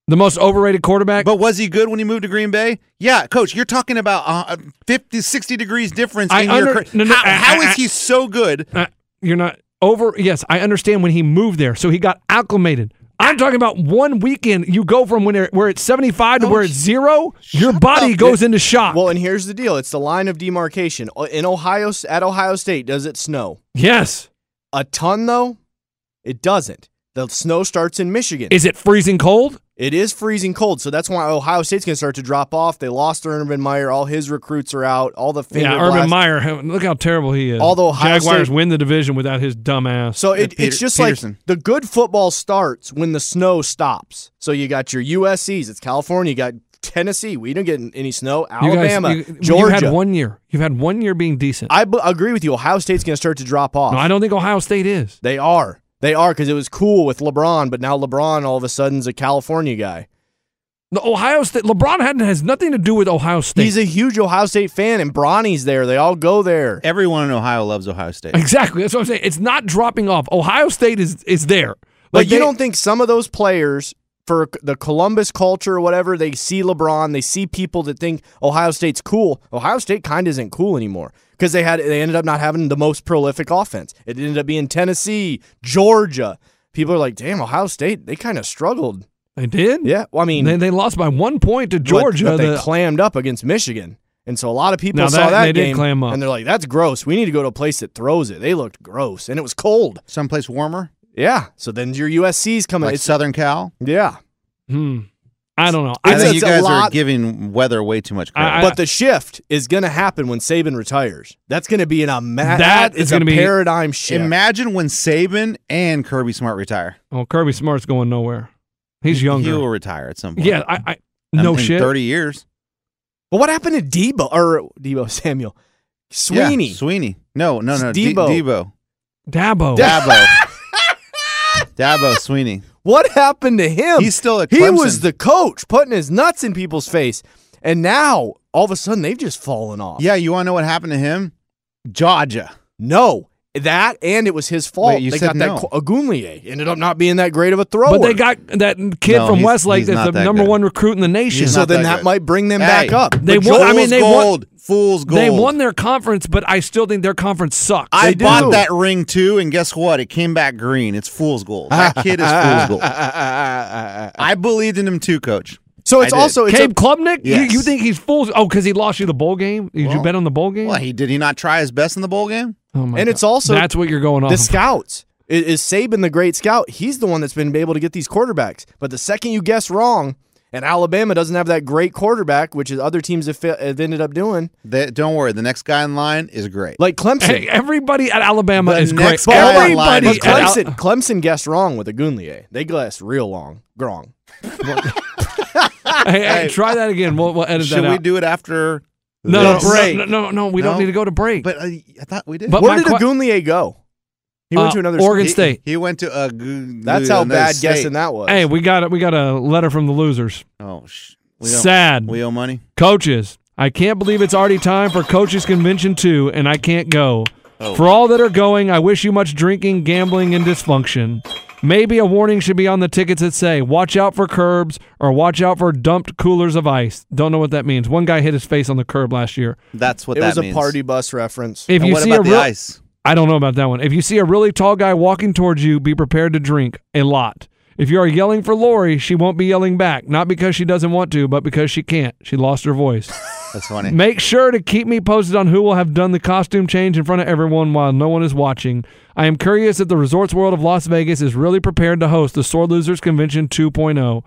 Speaker 2: the most overrated quarterback.
Speaker 3: But was he good when he moved to Green Bay? Yeah, coach, you're talking about uh, 50, 60 degrees difference
Speaker 2: I
Speaker 3: in
Speaker 2: under-
Speaker 3: your career.
Speaker 2: no, no,
Speaker 3: how,
Speaker 2: I-
Speaker 3: how
Speaker 2: I-
Speaker 3: is he so good?
Speaker 2: Uh, you're not over. Yes, I understand when he moved there, so he got acclimated. I'm talking about one weekend. You go from when it- where it's 75 to where it's zero. Your body
Speaker 3: up,
Speaker 2: goes into shock.
Speaker 4: well, and here's the deal: it's the line of demarcation O- in Ohio. At Ohio State, does it snow
Speaker 2: yes.
Speaker 4: a ton though? It doesn't. The snow starts in Michigan.
Speaker 2: Is it freezing cold?
Speaker 4: It is freezing cold, so that's why Ohio State's going to start to drop off. They lost their Urban Meyer. All his recruits are out. All the finger
Speaker 2: yeah, Urban
Speaker 4: blasts.
Speaker 2: Meyer. him- Look how terrible he is.
Speaker 4: All the Ohio
Speaker 2: Jaguars
Speaker 4: State-
Speaker 2: win the division without his dumb ass.
Speaker 4: So it,
Speaker 3: Peter-
Speaker 4: it's just
Speaker 3: Peterson.
Speaker 4: like the good football starts when the snow stops. So you got your USC's, it's California, you got Tennessee. We don't get any snow.
Speaker 2: You guys-
Speaker 4: Alabama,
Speaker 2: you-
Speaker 4: Georgia.
Speaker 2: You've had one year. You've had one year being decent.
Speaker 4: I b- agree with you. Ohio State's going to start to drop off.
Speaker 2: no, I don't think Ohio State is.
Speaker 4: They are. They are because it was cool with LeBron, but now LeBron all of a sudden's a California guy.
Speaker 2: The Ohio State. LeBron hadn't has nothing to do with Ohio State.
Speaker 4: He's a huge Ohio State fan, and Bronny's there. They all go there.
Speaker 3: Everyone in Ohio loves Ohio State.
Speaker 2: exactly. That's what I'm saying. It's not dropping off. Ohio State is is there.
Speaker 4: Like you
Speaker 2: they-
Speaker 4: don't think some of those players for c- the Columbus culture or whatever, they see LeBron, they see people that think Ohio State's cool. Ohio State kind of isn't cool anymore because they had they ended up not having the most prolific offense. It ended up being Tennessee, Georgia. People are like, damn, Ohio State, they kind of struggled.
Speaker 2: They did.
Speaker 4: Yeah, well, I mean,
Speaker 2: they, they lost by one point to
Speaker 4: but-
Speaker 2: Georgia.
Speaker 4: but they
Speaker 2: the-
Speaker 4: clammed up against Michigan. And so a lot of people
Speaker 2: Now
Speaker 4: saw
Speaker 2: that-
Speaker 4: that
Speaker 2: they did
Speaker 4: game,
Speaker 2: clam up.
Speaker 4: and they're like, "That's gross. We need to go to a place that throws it." They looked gross, and it was cold.
Speaker 3: Someplace warmer,
Speaker 4: Yeah. So then your USC's coming.
Speaker 3: like
Speaker 4: it's
Speaker 3: Southern Cal.
Speaker 4: yeah.
Speaker 2: Hmm. I don't know.
Speaker 3: I
Speaker 2: I
Speaker 4: It's
Speaker 3: think
Speaker 2: think
Speaker 3: you
Speaker 4: a
Speaker 3: guys are
Speaker 4: lot-
Speaker 3: giving weather way too much credit.
Speaker 2: I-
Speaker 4: but the shift is going to happen when Saban retires. That's going to be an ama-
Speaker 2: That is
Speaker 4: a
Speaker 2: gonna be-
Speaker 4: paradigm shift.
Speaker 3: Imagine when Saban and Kirby Smart retire.
Speaker 2: well, Kirby Smart's going nowhere. He's
Speaker 3: He- He will
Speaker 2: younger.
Speaker 3: retire at some point.
Speaker 2: Yeah, I, I
Speaker 3: Um,
Speaker 2: no
Speaker 3: in
Speaker 2: shit.
Speaker 3: Thirty years.
Speaker 4: but what happened to Debo or Debo Samuel
Speaker 3: Yeah,
Speaker 4: Sweeney?
Speaker 3: Sweeney. No, no, no. D-
Speaker 4: Debo.
Speaker 3: Debo.
Speaker 2: Dabo.
Speaker 3: Dabo. Dabo Sweeney.
Speaker 4: What happened to him?
Speaker 3: He's still at
Speaker 4: He
Speaker 3: Clemson.
Speaker 4: was the coach putting his nuts in people's face, and now all of a sudden they've just fallen off.
Speaker 3: Yeah, you want to know what happened to him? Georgia.
Speaker 4: No, that and it was his fault.
Speaker 3: Wait, you
Speaker 4: they
Speaker 3: said
Speaker 4: got
Speaker 3: no.
Speaker 4: that Qu- Agunlie ended up not being that great of a thrower.
Speaker 2: But they got that kid
Speaker 3: No,
Speaker 2: from
Speaker 3: he's-
Speaker 2: Westlake
Speaker 3: he's
Speaker 2: that's
Speaker 3: not
Speaker 2: the
Speaker 3: that
Speaker 2: number
Speaker 3: good.
Speaker 2: one recruit in the nation.
Speaker 3: He's
Speaker 4: so
Speaker 3: not
Speaker 4: then
Speaker 3: that
Speaker 4: that
Speaker 3: good.
Speaker 4: might bring them
Speaker 3: Hey.
Speaker 4: back up.
Speaker 2: They
Speaker 3: But
Speaker 2: won- I
Speaker 3: Joel's
Speaker 2: mean, they won-
Speaker 3: gold. Fool's gold.
Speaker 2: They won their conference, but I still think their conference sucks.
Speaker 3: I
Speaker 4: They
Speaker 3: bought
Speaker 4: do.
Speaker 3: that ring too, and guess what? It came back green. It's fool's gold. That kid is fool's gold. uh, I believed in him too, coach.
Speaker 4: so it's
Speaker 3: I did.
Speaker 4: also it's a-
Speaker 2: Cabe Klubnik?
Speaker 3: Yes.
Speaker 2: You, you think he's full? Oh, because he lost you the bowl game? Did you
Speaker 3: Well,
Speaker 2: bet on the bowl game?
Speaker 3: Well, he did he not try his best in the bowl game?
Speaker 2: oh my
Speaker 4: and
Speaker 2: God.
Speaker 4: it's also
Speaker 2: that's what you're going off.
Speaker 4: the
Speaker 2: of.
Speaker 4: scouts. I- Is Saban the great scout? He's the one that's been able to get these quarterbacks. But the second you guess wrong, and Alabama doesn't have that great quarterback, which is other teams have, fa- have ended up doing,
Speaker 3: They, don't worry, the next guy in line is great.
Speaker 4: like Clemson.
Speaker 2: Hey, everybody at Alabama
Speaker 3: The
Speaker 2: is great.
Speaker 3: next guy online
Speaker 2: Everybody
Speaker 3: is
Speaker 4: But
Speaker 2: at
Speaker 3: great.
Speaker 2: Al-
Speaker 4: Clemson, Clemson guessed wrong with Agunlie. They guessed real long, wrong.
Speaker 2: hey, hey, try that again. We'll, we'll edit
Speaker 3: Should
Speaker 2: that
Speaker 3: we
Speaker 2: out.
Speaker 3: do it after
Speaker 2: no, no,
Speaker 3: this?
Speaker 2: no,
Speaker 4: break?
Speaker 2: no, no, no, we
Speaker 3: No.
Speaker 2: don't need to go to break.
Speaker 3: But uh, I thought we did.
Speaker 2: But
Speaker 4: Where
Speaker 2: my
Speaker 4: did
Speaker 2: que-
Speaker 4: Agunlie go? He went
Speaker 2: Uh,
Speaker 4: to another
Speaker 2: Oregon
Speaker 4: school.
Speaker 3: he,
Speaker 2: State.
Speaker 3: He went to a. g-
Speaker 4: That's how
Speaker 3: another
Speaker 4: bad
Speaker 3: state.
Speaker 4: guessing that was.
Speaker 2: hey, we got a, we got a letter from the losers.
Speaker 3: Oh, sh- we owe,
Speaker 2: Sad
Speaker 3: We owe money.
Speaker 2: coaches. I can't believe it's already time for coaches convention two, and I can't go.
Speaker 3: Oh.
Speaker 2: For all that are going, I wish you much drinking, gambling, and dysfunction. Maybe a warning should be on the tickets that say "Watch out for curbs" or "Watch out for dumped coolers of ice." Don't know what that means. One guy hit his face on the curb last year.
Speaker 3: That's what
Speaker 4: it
Speaker 3: that
Speaker 4: was a
Speaker 3: means.
Speaker 4: party bus reference.
Speaker 2: If
Speaker 3: And
Speaker 2: you
Speaker 3: what
Speaker 2: see
Speaker 3: about
Speaker 2: a
Speaker 3: the
Speaker 2: real,
Speaker 3: ice?
Speaker 2: I don't know about that one. If you see a really tall guy walking towards you, be prepared to drink a lot. If you are yelling for Lori, she won't be yelling back, not because she doesn't want to, but because she can't. She lost her voice.
Speaker 3: That's funny.
Speaker 2: Make sure to keep me posted on who will have done the costume change in front of everyone while no one is watching. I am curious if the Resorts World of Las Vegas is really prepared to host the Sore Losers Convention 2.0.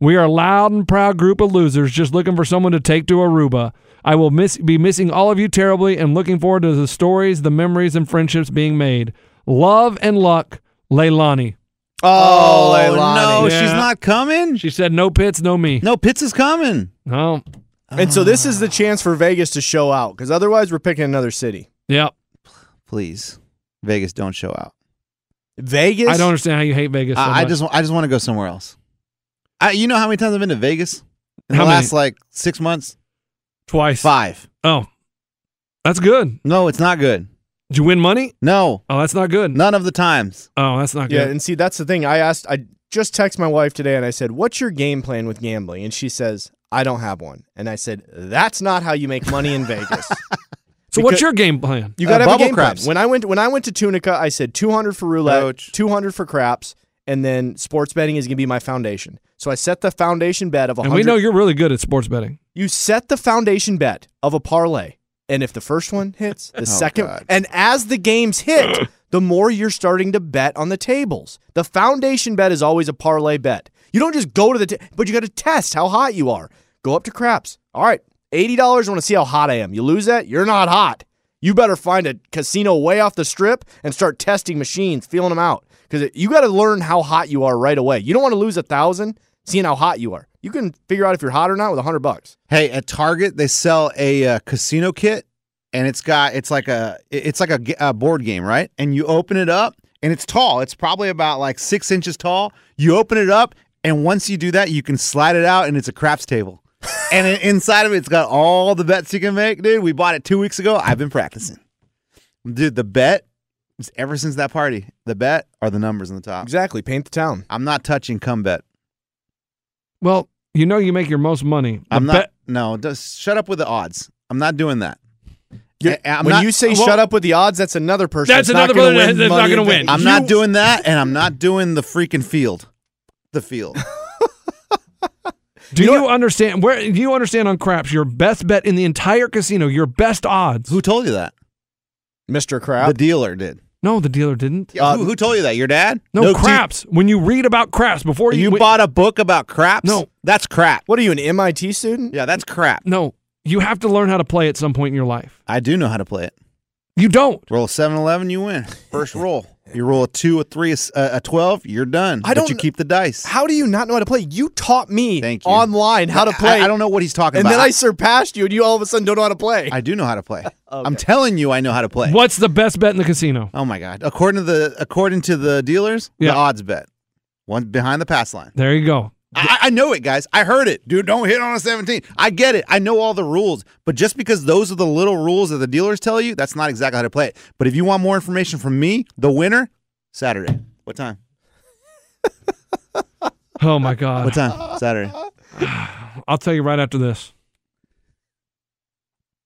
Speaker 2: We are a loud and proud group of losers just looking for someone to take to Aruba. I will miss, be missing all of you terribly and looking forward to the stories, the memories, and friendships being made. Love and luck, Leilani.
Speaker 3: Oh, no,
Speaker 2: Yeah.
Speaker 3: she's not coming.
Speaker 2: She said, No pits, no me. Oh,
Speaker 3: No, Pitts is coming.
Speaker 2: No.
Speaker 4: And so this is the chance for Vegas to show out because otherwise we're picking another city.
Speaker 2: Yep.
Speaker 3: Please, Vegas, don't show out.
Speaker 4: Vegas.
Speaker 2: I don't understand how you hate Vegas. So
Speaker 3: I, I
Speaker 2: much.
Speaker 3: just, wa- I just want to go somewhere else. I, you know how many times I've been to Vegas in
Speaker 2: How
Speaker 3: the
Speaker 2: many?
Speaker 3: last like six months?
Speaker 2: twice.
Speaker 3: Five.
Speaker 2: Oh, that's good.
Speaker 3: No, it's not good.
Speaker 2: Did you win money?
Speaker 3: No,
Speaker 2: Oh, that's not good.
Speaker 3: none of the times.
Speaker 2: Oh, that's not
Speaker 4: Yeah,
Speaker 2: good.
Speaker 4: and see that's the thing. I asked. I just texted my wife today and I said, "What's your game plan with gambling?" And she says, "I don't have one." And I said, "That's not how you make money in Vegas."
Speaker 2: so, what's your game plan?
Speaker 4: You
Speaker 3: Uh,
Speaker 4: got to have a
Speaker 3: bubble
Speaker 4: game plan.
Speaker 3: craps.
Speaker 4: When I went when I went to Tunica, I said 200 for roulette,
Speaker 3: Ouch.
Speaker 4: 200 for craps, and then sports betting is going to be my foundation. So I set the foundation bet of a
Speaker 2: And we
Speaker 4: 100.
Speaker 2: know you're really good at sports betting.
Speaker 4: you set the foundation bet of a parlay. And if the first one hits, the second
Speaker 3: God.
Speaker 4: and as the games hit, the more you're starting to bet on the tables. The foundation bet is always a parlay bet. You don't just go to the ta- but you got to test how hot you are. Go up to craps. All right, $80, I want to see how hot I am. You lose that, you're not hot. You better find a casino way off the strip and start testing machines, feeling them out. Because you got to learn how hot you are right away. You don't want to lose a thousand seeing how hot you are. You can figure out if you're hot or not with a hundred bucks.
Speaker 3: Hey, at Target they sell a uh, casino kit, and it's got it's like a it's like a, g- a board game, right? And you open it up, and it's tall. It's probably about like six inches tall. You open it up, and once you do that, you can slide it out, and it's a craps table. and i- inside of it, it's got all the bets you can make, dude. We bought it two weeks ago. I've been practicing, dude. The bet is ever since that party. The bet are the numbers on the top.
Speaker 4: Exactly. Paint the town.
Speaker 3: I'm not touching come bet.
Speaker 2: Well, you know you make your most money. The
Speaker 3: I'm not.
Speaker 2: bet-
Speaker 3: no, just shut up with the odds. I'm not doing that.
Speaker 4: You're-
Speaker 3: I- I'm
Speaker 4: when
Speaker 3: not-
Speaker 4: you say
Speaker 3: well-
Speaker 4: shut up with the odds, that's another person.
Speaker 2: That's
Speaker 4: not
Speaker 2: another
Speaker 4: gonna
Speaker 2: person that's not
Speaker 4: money
Speaker 2: gonna
Speaker 4: in
Speaker 2: win.
Speaker 4: Vegas.
Speaker 3: I'm
Speaker 4: You-
Speaker 3: not doing that, and I'm not doing the freaking field. The field.
Speaker 2: do you, understand where do you understand on craps your best bet in the entire casino, your best odds?
Speaker 3: Who told you that?
Speaker 4: Mr. Crap.
Speaker 3: The dealer did. Uh,
Speaker 2: No, the dealer didn't.
Speaker 3: Yeah, who, who told you that? Your dad?
Speaker 2: No,
Speaker 3: dude,
Speaker 2: craps. when you read about craps before you,
Speaker 3: You
Speaker 2: we-
Speaker 3: bought a book about craps?
Speaker 2: No.
Speaker 3: That's crap.
Speaker 4: What are you, an MIT student?
Speaker 3: Yeah, that's crap.
Speaker 2: No, you have to learn how to play at some point in your life.
Speaker 3: I do know how to play it.
Speaker 2: You don't.
Speaker 3: Roll a 7 11, you win. First roll. You roll a 2, a 3, a, s- a- a 12, you're done.
Speaker 4: I
Speaker 3: But
Speaker 4: don't-
Speaker 3: you keep the dice.
Speaker 4: How do you not know how to play? You taught me
Speaker 3: Thank you.
Speaker 4: online how to
Speaker 3: I-
Speaker 4: play.
Speaker 3: I, don't know what he's talking
Speaker 4: And
Speaker 3: about.
Speaker 4: then I surpassed you, and you all of a sudden don't know how to play.
Speaker 3: I do know how to play. I'm telling you, I know how to play.
Speaker 2: What's the best bet in the casino?
Speaker 3: Oh my god! According to the according to the dealers,
Speaker 2: Yeah.
Speaker 3: the odds bet one behind the pass line.
Speaker 2: There you go.
Speaker 3: I, I know it, guys. I heard it, dude. Don't hit on a 17. I get it. I know all the rules, but just because those are the little rules that the dealers tell you, that's not exactly how to play it. But if you want more information from me, the winner, Saturday. What time?
Speaker 2: Oh my God.
Speaker 3: What time? Saturday.
Speaker 2: I'll tell you right after this.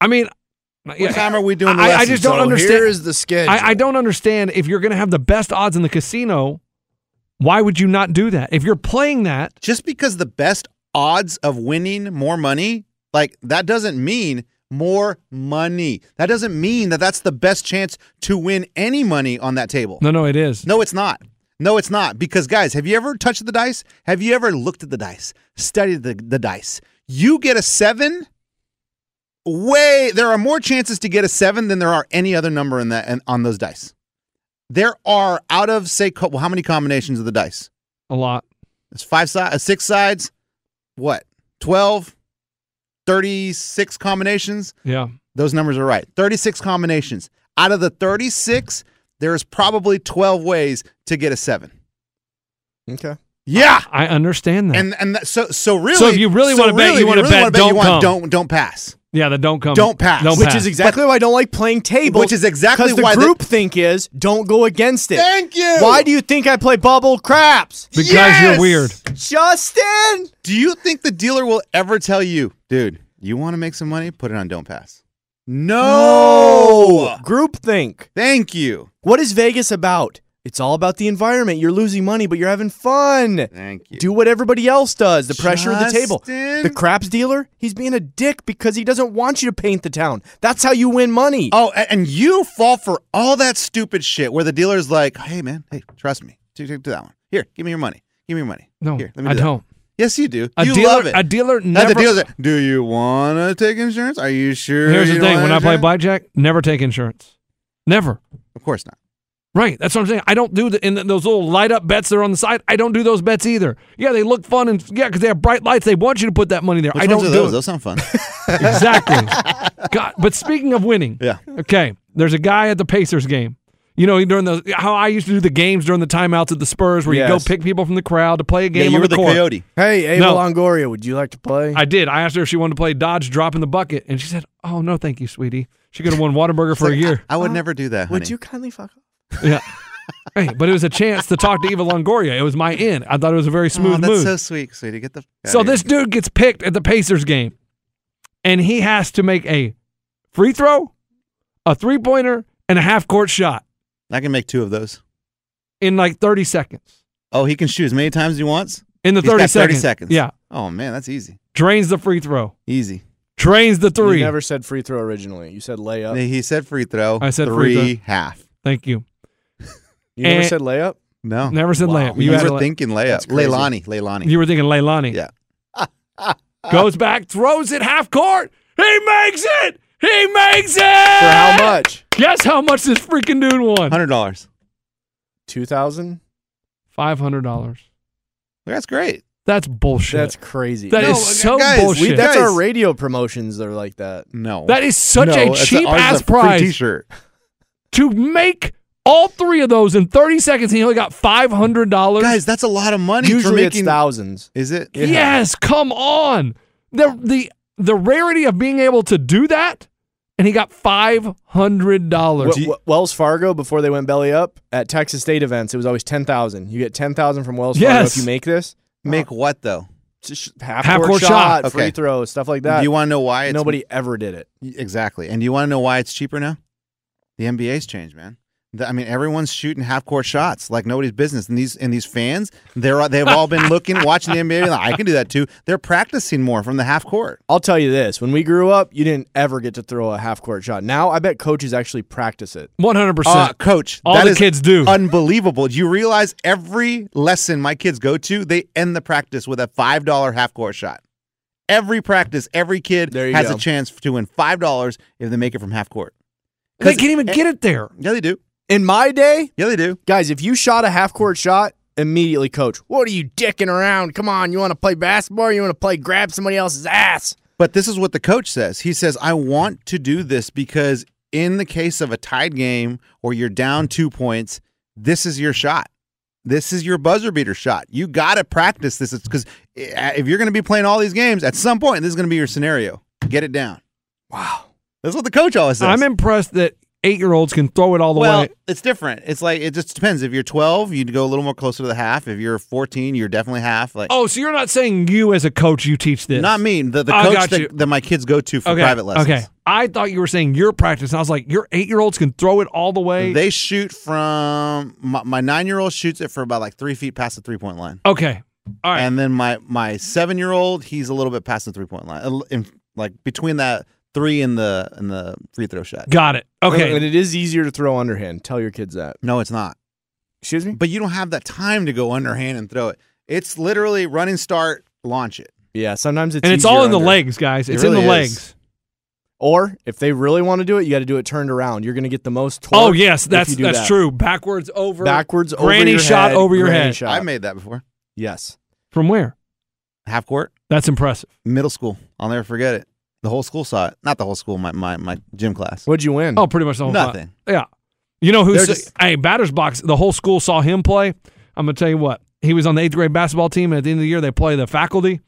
Speaker 2: I mean, uh,
Speaker 3: What time are we doing? The
Speaker 2: I, I
Speaker 3: lesson?
Speaker 2: just don't
Speaker 3: So
Speaker 2: understand.
Speaker 4: Here is the schedule.
Speaker 2: I, I don't understand if you're going to have the best odds in the casino. Why would you not do that? If you're playing that,
Speaker 3: just because the best odds of winning more money, like that doesn't mean more money. That doesn't mean that that's the best chance to win any money on that table.
Speaker 2: no, no, it is.
Speaker 3: No, it's not. No, it's not. Because, guys, have you ever touched the dice? Have you ever looked at the dice, studied the, the dice? You get a seven. Way there are more chances to get a seven than there are any other number in that and on those dice. There are out of say, co- well, how many combinations of the dice?
Speaker 2: A lot.
Speaker 3: It's five sides, six sides. What? 12, 36 combinations.
Speaker 2: Yeah.
Speaker 3: Those numbers are right. 36 combinations. Out of the 36, there's probably 12 ways to get a 7.
Speaker 4: Okay.
Speaker 3: Yeah.
Speaker 2: I understand that.
Speaker 3: And and that, so so really
Speaker 2: So if you really wanna bet, you
Speaker 3: if
Speaker 2: wanna bet,
Speaker 3: wanna
Speaker 2: don't
Speaker 3: you want-
Speaker 2: come.
Speaker 3: don't don't pass.
Speaker 2: yeah, that don't come.
Speaker 3: Don't pass.
Speaker 2: Don't
Speaker 3: Which
Speaker 2: pass.
Speaker 4: Which is exactly why I don't like playing tables.
Speaker 3: Which is exactly
Speaker 4: because the
Speaker 3: why the-
Speaker 4: group think is don't go against it.
Speaker 3: Thank you.
Speaker 4: Why do you think I play bubble craps,
Speaker 2: because
Speaker 3: Yes!
Speaker 2: you're weird.
Speaker 4: Justin?
Speaker 3: Do you think the dealer will ever tell you, dude, you want to make some money? Put it on don't pass. No.
Speaker 4: Group think.
Speaker 3: Thank you.
Speaker 4: What is Vegas about? It's all about the environment. You're losing money, but you're having fun.
Speaker 3: Thank you.
Speaker 4: Do what everybody else does. The pressure of the table.
Speaker 3: Justin?
Speaker 4: The craps dealer, he's being a dick because he doesn't want you to paint the town. That's how you win money.
Speaker 3: Oh, a- and you fall for all that stupid shit where the dealer's like, "Hey, man, hey, trust me. Do, do, do that one. Here, give me your money. Give me your money.
Speaker 2: No,
Speaker 3: Here,
Speaker 2: I
Speaker 3: do that."
Speaker 2: don't.
Speaker 3: Yes, you do.
Speaker 2: A
Speaker 3: you
Speaker 2: dealer-
Speaker 3: love it.
Speaker 2: a dealer
Speaker 3: And
Speaker 2: never-
Speaker 3: The dealer's like, "Do you want to take insurance? Are you sure?"
Speaker 2: Here's
Speaker 3: you
Speaker 2: the thing:
Speaker 3: want
Speaker 2: when I play
Speaker 3: insurance?"
Speaker 2: blackjack, never take insurance. Never.
Speaker 3: of course not.
Speaker 2: Right. That's what I'm saying. I don't do the in those little light up bets that are on the side. I don't do those bets either. Yeah, they look fun and yeah, because they have bright lights. They want you to put that money there.
Speaker 3: Which
Speaker 2: I
Speaker 3: ones
Speaker 2: don't
Speaker 3: are
Speaker 2: do
Speaker 3: those.
Speaker 2: it.
Speaker 3: Those sound fun.
Speaker 2: Exactly. God, but speaking of winning,
Speaker 3: Yeah.
Speaker 2: Okay, there's a guy at the Pacers game You know, during those how I used to do the games during the timeouts at the Spurs, where you go
Speaker 3: Yes.
Speaker 2: pick people from the crowd to play a game.
Speaker 3: yeah, you
Speaker 2: on
Speaker 3: were
Speaker 2: the
Speaker 3: the
Speaker 2: court.
Speaker 3: coyote.
Speaker 4: Hey, Ava
Speaker 2: No.
Speaker 4: Longoria, would you like to play?
Speaker 2: I did. I asked her if she wanted to play dodge, drop in the bucket, and she said, "Oh no, thank you, sweetie." She could have won Waterburger for a year.
Speaker 3: I would never do that. Honey.
Speaker 4: Oh, would you kindly fuck off?
Speaker 2: Yeah. Hey, but it was a chance to talk to Eva Longoria. It was my end. I thought it was a very smooth
Speaker 3: oh, that's
Speaker 2: move.
Speaker 3: so sweet, sweetie. Get the. fuck
Speaker 2: So
Speaker 3: outta here.
Speaker 2: this dude gets picked at the Pacers game, and he has to make a free throw, a three pointer, and a half court shot
Speaker 3: I can make two of those.
Speaker 2: in like 30 seconds.
Speaker 3: Oh, he can shoot as many times as he wants.
Speaker 2: In the
Speaker 3: He's
Speaker 2: 30
Speaker 3: got
Speaker 2: seconds.
Speaker 3: seconds.
Speaker 2: Yeah.
Speaker 3: Oh man, that's easy.
Speaker 2: Drains the free throw.
Speaker 3: Easy.
Speaker 2: Drains the three.
Speaker 4: You never said free throw originally. You said layup.
Speaker 3: He said free throw.
Speaker 2: I said free
Speaker 3: three half.
Speaker 2: Thank you.
Speaker 4: you never
Speaker 2: Eh.
Speaker 4: said layup?
Speaker 3: No,
Speaker 2: Never said
Speaker 4: Wow.
Speaker 2: layup.
Speaker 3: Oh, You,
Speaker 2: You, had
Speaker 3: were
Speaker 2: a lay-
Speaker 3: thinking layup.
Speaker 4: That's crazy.
Speaker 3: Leilani. Leilani.
Speaker 2: you were thinking Leilani.
Speaker 3: yeah. Uh,
Speaker 2: Goes back, throws it half court. He makes it. He makes it.
Speaker 4: For how much?
Speaker 2: Guess how much this freaking dude won?
Speaker 3: Hundred dollars.
Speaker 4: 2000
Speaker 2: $500.
Speaker 3: That's great.
Speaker 2: That's bullshit.
Speaker 4: That's crazy.
Speaker 2: That
Speaker 3: No,
Speaker 2: is so
Speaker 3: guys, we-
Speaker 2: bullshit.
Speaker 4: that's
Speaker 3: Guys.
Speaker 4: our radio promotions that are like that.
Speaker 3: No.
Speaker 2: that is such
Speaker 3: No,
Speaker 2: a
Speaker 3: it's
Speaker 2: cheap
Speaker 3: ours is
Speaker 2: ass
Speaker 3: a free
Speaker 2: prize.
Speaker 3: T-shirt.
Speaker 2: to make all three of those in 30 seconds, he only got $500.
Speaker 3: Guys, that's a lot of money for
Speaker 4: Usually
Speaker 3: making.
Speaker 4: it's thousands.
Speaker 3: is it?
Speaker 2: yes, come on. The, the, the rarity of being able to do that, and he got $500.
Speaker 4: Wel- Wel- Wells Fargo before they went belly up at Texas State events, it was always ten thousand. You get ten thousand from Wells Fargo
Speaker 2: Yes.
Speaker 4: if you make this.
Speaker 3: Make what though?
Speaker 4: Just half,
Speaker 2: Half
Speaker 4: court,
Speaker 2: court
Speaker 4: shot,
Speaker 3: shot.
Speaker 4: free
Speaker 3: Okay.
Speaker 4: throw, stuff like that.
Speaker 3: do you want to know why it's
Speaker 4: Nobody ever did it.
Speaker 3: exactly? And do you want to know why it's cheaper now? The NBA's changed, man. The- I mean, everyone's shooting half court shots like nobody's business. And these and these fans, they're they've all been looking, watching the NBA. Like, I can do that too. They're practicing more from the half court.
Speaker 4: I'll tell you this: when we grew up, you didn't ever get to throw a half court shot. Now I bet coaches actually practice it.
Speaker 2: 100%.
Speaker 3: Uh, coach,
Speaker 2: All
Speaker 3: that
Speaker 2: the
Speaker 3: is
Speaker 2: kids do.
Speaker 3: Unbelievable. Do you realize every lesson my kids go to, they end the practice with a five dollar half court shot. Every practice, every kid
Speaker 4: There you
Speaker 3: has
Speaker 4: go.
Speaker 3: a chance to win five dollars if they make it from half court.
Speaker 2: they can't even get it there.
Speaker 3: Yeah, they do.
Speaker 4: In my day,
Speaker 3: Yeah, they do.
Speaker 4: guys, if you shot a half court shot, immediately coach, what are you dicking around? Come on, you want to play basketball? Or you want to play grab somebody else's ass?
Speaker 3: But this is what the coach says. He says, I want to do this because in the case of a tied game or you're down two points, this is your shot. This is your buzzer beater shot. You got to practice this because if you're going to be playing all these games, at some point, this is going to be your scenario. Get it down.
Speaker 4: Wow.
Speaker 3: That's what the coach always says.
Speaker 2: I'm impressed that eight year olds can throw it all the
Speaker 3: well,
Speaker 2: way.
Speaker 3: it's different. It's like, it just depends. If you're 12, you'd go a little more closer to the half. If you're 14, you're definitely half. Like,
Speaker 2: Oh, so you're not saying you as a coach, you teach this?
Speaker 3: not me, the, the
Speaker 2: I got
Speaker 3: coach
Speaker 2: you.
Speaker 3: that, that my kids go to for private lessons.
Speaker 2: Okay. I thought you were saying your practice. I was like, your eight year olds can throw it all the way.
Speaker 3: They shoot from my, my nine year old shoots it for about like three feet past the three point line,
Speaker 2: okay. All right.
Speaker 3: and then my my seven year old he's a little bit past the three point line, a l- in, like between that three and the and the free throw shot.
Speaker 2: Got it. Okay.
Speaker 4: And it is easier to throw underhand. Tell your kids that.
Speaker 3: No, it's not.
Speaker 4: Excuse me?
Speaker 3: But you don't have that time to go underhand and throw it. It's literally running start, launch it.
Speaker 4: Yeah, sometimes it's
Speaker 2: and it's
Speaker 4: easier
Speaker 2: all in the
Speaker 4: under.
Speaker 2: legs, guys.
Speaker 3: It
Speaker 2: It's in
Speaker 3: really
Speaker 2: the
Speaker 3: is.
Speaker 2: legs.
Speaker 4: Or if they really want to do it, you got to do it turned around. You're going to get the most torque.
Speaker 2: Oh yes,
Speaker 4: if
Speaker 2: that's
Speaker 4: you do
Speaker 2: that's
Speaker 4: that.
Speaker 2: true. Backwards over,
Speaker 4: Backwards over
Speaker 2: granny
Speaker 4: your
Speaker 2: shot
Speaker 4: head,
Speaker 2: over your
Speaker 4: granny
Speaker 2: head.
Speaker 4: shot.
Speaker 3: I made that before.
Speaker 4: yes.
Speaker 2: From where?
Speaker 3: Half court,
Speaker 2: That's impressive.
Speaker 3: middle school. I'll never forget it. The whole school saw it. Not the whole school. My my my gym class.
Speaker 4: What'd you win?
Speaker 2: Oh, pretty much the whole time.
Speaker 3: Nothing.
Speaker 2: Yeah, you know who's
Speaker 3: They're just-
Speaker 2: hey batters box. The whole school saw him play. I'm gonna tell you what. He was on the eighth grade basketball team, and at the end of the year, they play the faculty.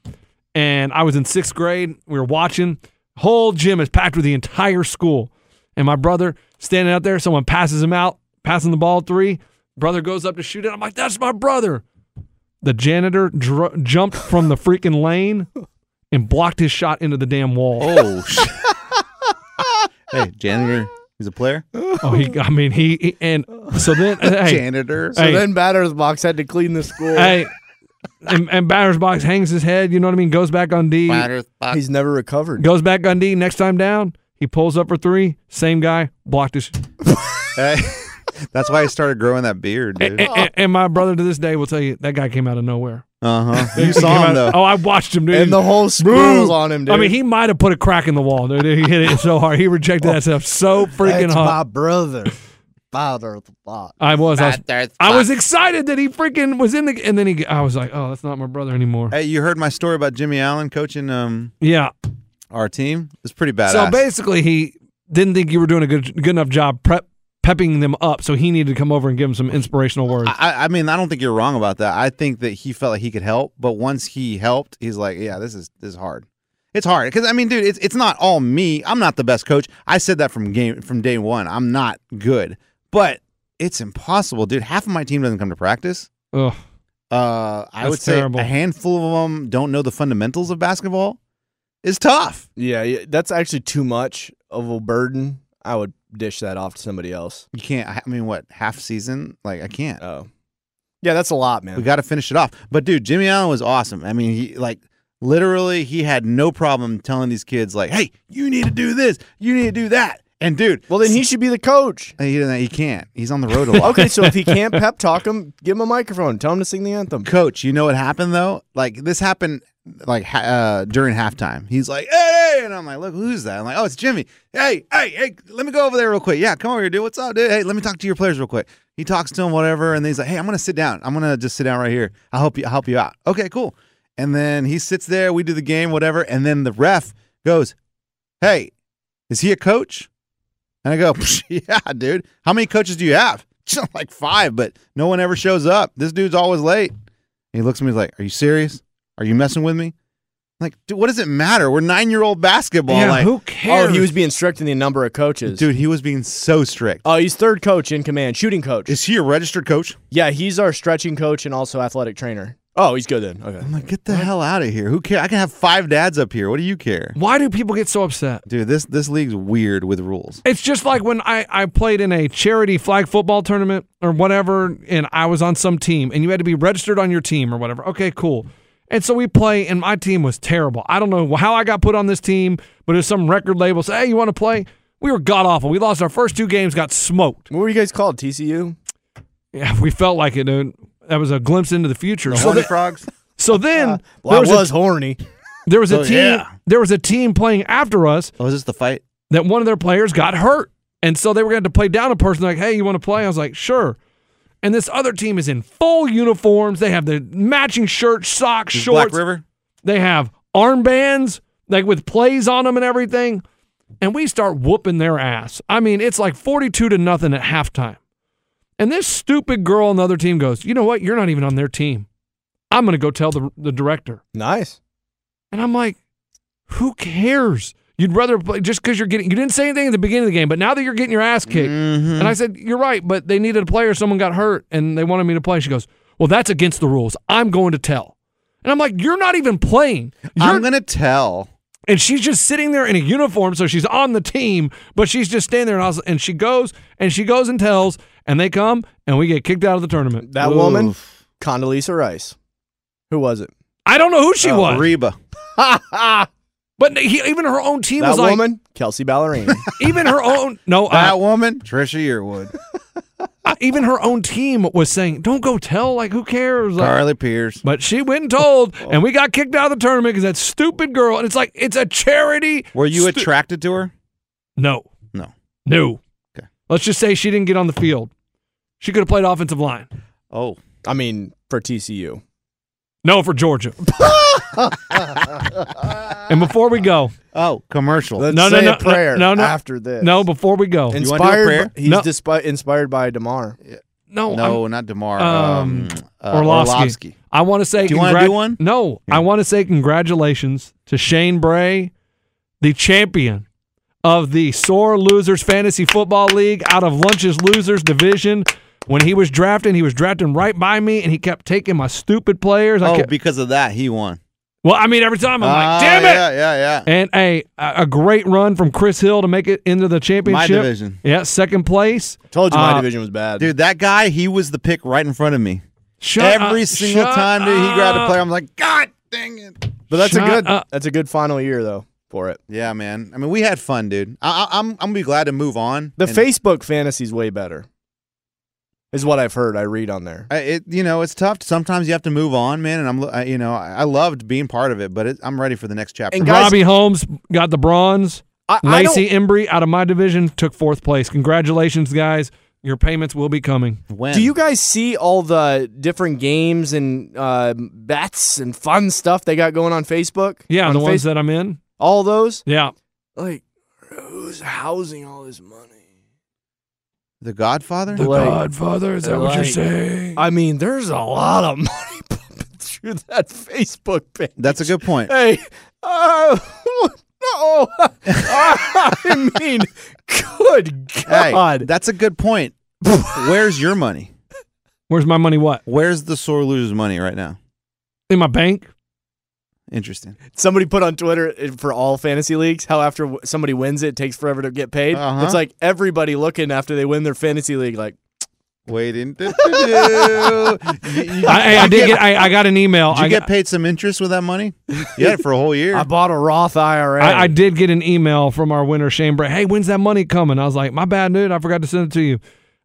Speaker 2: And I was in sixth grade. We were watching. Whole gym is packed with the entire school. And my brother standing out there. Someone passes him out, passing the ball three. Brother goes up to shoot it. I'm like, that's my brother. The janitor dr- jumped from the freaking lane and blocked his shot into the damn wall.
Speaker 3: Oh. sh- hey, janitor. He's a player.
Speaker 2: Oh, he, I mean, he, he- and so then, hey,
Speaker 3: janitor.
Speaker 4: so
Speaker 2: hey.
Speaker 4: then Batter's Box had to clean the school.
Speaker 2: hey, and, and batter's box hangs his head. You know what I mean? Goes back on D.
Speaker 4: He's never recovered.
Speaker 2: Goes back on D. Next time down, he pulls up for three. Same guy blocked his.
Speaker 3: Hey, that's why I started growing that beard,
Speaker 2: And,
Speaker 3: dude.
Speaker 2: and- and my brother to this day will tell you that guy came out of nowhere.
Speaker 3: Uh huh.
Speaker 2: He
Speaker 3: You
Speaker 2: came
Speaker 3: saw him
Speaker 2: out of-
Speaker 3: though.
Speaker 2: Oh, I watched him, dude.
Speaker 4: And the whole school
Speaker 2: Boo.
Speaker 4: was on him, dude.
Speaker 2: I mean, he might have put a crack in the wall, dude. He hit it so hard. He rejected that stuff so freaking
Speaker 4: That's
Speaker 2: hard.
Speaker 4: my brother. Batter's Box.
Speaker 2: I was. I was, I was excited that he freaking was in the. And then he. I was like, oh, that's not my brother anymore.
Speaker 3: Hey, you heard my story about Jimmy Allen coaching um
Speaker 2: Yeah.
Speaker 3: our team? It's pretty badass.
Speaker 2: So basically, he didn't think you were doing a good good enough job prep pepping them up. So he needed to come over and give them some inspirational words.
Speaker 3: I, I mean, I don't think you're wrong about that. I think that he felt like he could help, but once he helped, he's like, yeah, this is this is hard. It's hard because I mean, dude, it's it's not all me. I'm not the best coach. I said that from game from day one. I'm not good, but it's impossible, dude. Half of my team doesn't come to practice.
Speaker 2: Ugh.
Speaker 3: Uh, I
Speaker 2: That's
Speaker 3: would say
Speaker 2: terrible.
Speaker 3: a handful of them don't know the fundamentals of basketball. It's tough.
Speaker 4: Yeah, yeah, that's actually too much of a burden. I would dish that off to somebody else.
Speaker 3: You can't. I mean, what half season? Like I can't.
Speaker 4: Oh, yeah, that's a lot, man.
Speaker 3: We got to finish it off. But dude, Jimmy Allen was awesome. I mean, he like literally he had no problem telling these kids like, "Hey, you need to do this. You need to do that." And dude,
Speaker 4: well, then he should be the coach.
Speaker 3: he didn't. He can't. He's on the road a lot.
Speaker 4: Okay, so if he can't pep talk him, give him a microphone. Tell him to sing the anthem.
Speaker 3: Coach, you know what happened though? Like this happened like ha- uh, during halftime. He's like, "Hey," hey," and I'm like, "Look, who's that?" I'm like, "Oh, it's Jimmy." Hey, hey, hey, let me go over there real quick. Yeah, come over here, dude. What's up, dude? Hey, let me talk to your players real quick. He talks to him, whatever, and then he's like, "Hey, I'm gonna sit down. I'm gonna just sit down right here. I'll help you. I'll help you out." Okay, cool. And then he sits there. We do the game, whatever, and then the ref goes, "Hey, is he a coach?" And I go, "Psh, "Yeah, dude. How many coaches do you have?" like five, but no one ever shows up. This dude's always late. And he looks at me he's like, "Are you serious? Are you messing with me?" I'm like, dude, what does it matter? We're nine-year-old basketball.
Speaker 2: yeah,
Speaker 3: like,
Speaker 2: who
Speaker 4: Oh,
Speaker 2: cares?
Speaker 4: he was being strict in the number of coaches.
Speaker 3: dude, he was being so strict.
Speaker 4: Oh, he's third coach in command, shooting coach.
Speaker 3: Is he a registered coach?
Speaker 4: yeah, he's our stretching coach and also athletic trainer. Oh, he's good then. Okay.
Speaker 3: I'm like, get the hell out of here. Who cares? I can have five dads up here. What do you care,
Speaker 2: Why do people get so upset?
Speaker 3: dude? This this league's weird with rules.
Speaker 2: It's just like when I, I played in a charity flag football tournament or whatever, and I was on some team, and you had to be registered on your team or whatever. Okay, cool. And so we play, and my team was terrible. I don't know how I got put on this team, but it was some record label said, "Hey, you want to play?" We were god awful. We lost our first two games, got smoked.
Speaker 4: What were you guys called? TCU?
Speaker 2: Yeah, we felt like it, dude. That was a glimpse into the future. So,
Speaker 3: Horny
Speaker 2: the-
Speaker 3: frogs.
Speaker 2: so then there
Speaker 4: Well, I
Speaker 2: was,
Speaker 4: was
Speaker 2: a,
Speaker 4: horny.
Speaker 2: there was a
Speaker 3: Oh,
Speaker 2: team
Speaker 3: yeah.
Speaker 2: there was a team playing after us
Speaker 3: Oh, is this the fight?
Speaker 2: that one of their players got hurt. And so they were going to play down a person like, hey, you want to play? I was like, sure. And this other team is in full uniforms. They have the matching shirts, socks,
Speaker 3: Is
Speaker 2: shorts.
Speaker 3: Black River.
Speaker 2: They have armbands, like with plays on them and everything. And we start whooping their ass. I mean, it's like 42 to nothing at halftime. And this stupid girl on the other team goes, you know what? You're not even on their team. I'm going to go tell the, the director.
Speaker 4: Nice.
Speaker 2: And I'm like, who cares? You'd rather play just because you're getting, you didn't say anything at the beginning of the game, but now that you're getting your ass kicked.
Speaker 3: Mm-hmm.
Speaker 2: And I said, you're right, but they needed a player. Someone got hurt and they wanted me to play. She goes, well, that's against the rules. I'm going to tell. And I'm like, you're not even playing. You're,
Speaker 3: I'm gonna tell.
Speaker 2: and she's just sitting there in a uniform. So she's on the team, but she's just standing there. And, I was, and she goes and she goes and tells, and they come and we get kicked out of the tournament.
Speaker 4: That woman, Condoleezza Rice. Who was it?
Speaker 2: I don't know who
Speaker 4: Uh,
Speaker 2: she
Speaker 3: Oh,
Speaker 2: was,
Speaker 3: Reba.
Speaker 2: but he, even her own team
Speaker 4: that
Speaker 2: was like,
Speaker 4: woman, Kelsey Ballerini.
Speaker 2: even her own, no, I-
Speaker 3: That woman, Trisha Yearwood,
Speaker 2: I- even her own team was saying, "Don't go tell. Like, who cares?" Like,
Speaker 3: Carly Pierce.
Speaker 2: But she went and told,
Speaker 3: Oh.
Speaker 2: and we got kicked out of the tournament because that stupid girl. And it's like it's a charity.
Speaker 3: Were you
Speaker 2: stu-
Speaker 3: attracted to her?
Speaker 2: No,
Speaker 3: No.
Speaker 2: no.
Speaker 3: Okay.
Speaker 2: Let's just say she didn't get on the field. She could have played offensive line.
Speaker 3: Oh,
Speaker 4: I mean, for TCU.
Speaker 2: No, for Georgia. and before we go,
Speaker 3: oh, commercial.
Speaker 4: Let's
Speaker 2: No, no,
Speaker 4: say
Speaker 2: no,
Speaker 4: a prayer
Speaker 2: no, no, no.
Speaker 4: after this.
Speaker 2: no, before we go,
Speaker 3: You wanna do a
Speaker 4: Inspired.
Speaker 3: prayer?
Speaker 4: He's
Speaker 2: No.
Speaker 4: dispi- inspired by Demar.
Speaker 2: no,
Speaker 3: no, not Demar.
Speaker 2: Um,
Speaker 3: Um, uh,
Speaker 2: Orlovsky.
Speaker 3: Orlovsky.
Speaker 2: I want to say.
Speaker 3: Do you wanna
Speaker 2: congrat-
Speaker 3: do one?
Speaker 2: No,
Speaker 3: Yeah.
Speaker 2: I want to say congratulations to Shane Bray, the champion of the Sore Losers Fantasy Football League out of Lunch's Losers Division. When he was drafting, he was drafting right by me, and he kept taking my stupid players. I
Speaker 3: Oh,
Speaker 2: kept,
Speaker 3: because of that, he won.
Speaker 2: well, I mean, every time I'm
Speaker 3: Ah,
Speaker 2: like, damn it!
Speaker 3: Yeah, yeah, yeah.
Speaker 2: And a a great run from Chris Hill to make it into the
Speaker 3: My
Speaker 2: championship.
Speaker 3: division.
Speaker 2: yeah, second place.
Speaker 4: Told you my
Speaker 2: Uh,
Speaker 4: division was bad.
Speaker 3: Dude, that guy, he was the pick right in front of me.
Speaker 2: Shut
Speaker 3: Every
Speaker 2: up,
Speaker 3: single
Speaker 2: shut
Speaker 3: time dude, he grabbed a
Speaker 2: up.
Speaker 3: player, I'm like, God dang it.
Speaker 4: but that's a
Speaker 2: shut
Speaker 4: good
Speaker 2: up.
Speaker 4: that's a good final year though for it.
Speaker 3: Yeah, man. I mean, we had fun, dude. I, I, I'm I'm gonna be glad to move on.
Speaker 4: The
Speaker 3: And
Speaker 4: Facebook fantasy's way better. Is what I've heard. I read on there.
Speaker 3: I, it you know it's tough. Sometimes you have to move on, man. And I'm I, you know I, I loved being part of it, but it, I'm ready for the next chapter.
Speaker 4: And guys-
Speaker 2: Robbie Holmes got the bronze.
Speaker 4: I, I don't-
Speaker 2: Lacey Embry out of my division took fourth place. Congratulations, guys. Your payments will be coming.
Speaker 3: when
Speaker 4: Do you guys see all the different games and uh, bets and fun stuff they got going on Facebook?
Speaker 2: Yeah,
Speaker 4: on
Speaker 2: the ones
Speaker 4: Face-
Speaker 2: that I'm in.
Speaker 4: all those
Speaker 2: Yeah.
Speaker 4: like who's housing all this money?
Speaker 3: The Godfather?
Speaker 2: The
Speaker 4: Like-
Speaker 2: Godfather? Is that what you're
Speaker 4: like-
Speaker 2: saying?
Speaker 4: I mean, there's a lot of money pumping through that Facebook page.
Speaker 3: That's a good point.
Speaker 4: Hey, uh, no. I mean, good
Speaker 3: Hey,
Speaker 4: God.
Speaker 3: that's a good point. Where's your money?
Speaker 2: Where's my money? What
Speaker 3: Where's the sore loser's money right now?
Speaker 2: in my bank?
Speaker 3: Interesting.
Speaker 4: somebody put on Twitter uh, for all fantasy leagues how after w- somebody wins it, it takes forever to get paid.
Speaker 3: Uh-huh.
Speaker 4: It's like everybody looking after they win their fantasy league, like,
Speaker 3: Waiting. to do. You- you-
Speaker 2: I, hey, I did get. I, I got an email.
Speaker 3: Did you
Speaker 2: I
Speaker 3: get
Speaker 2: got-
Speaker 3: paid some interest with that money? Yeah, for a whole year.
Speaker 4: I bought a Roth IRA.
Speaker 2: I, I did get an email from our winner Shane Bray. Hey, when's that money coming? I was like, my bad, dude. I forgot to send it to you.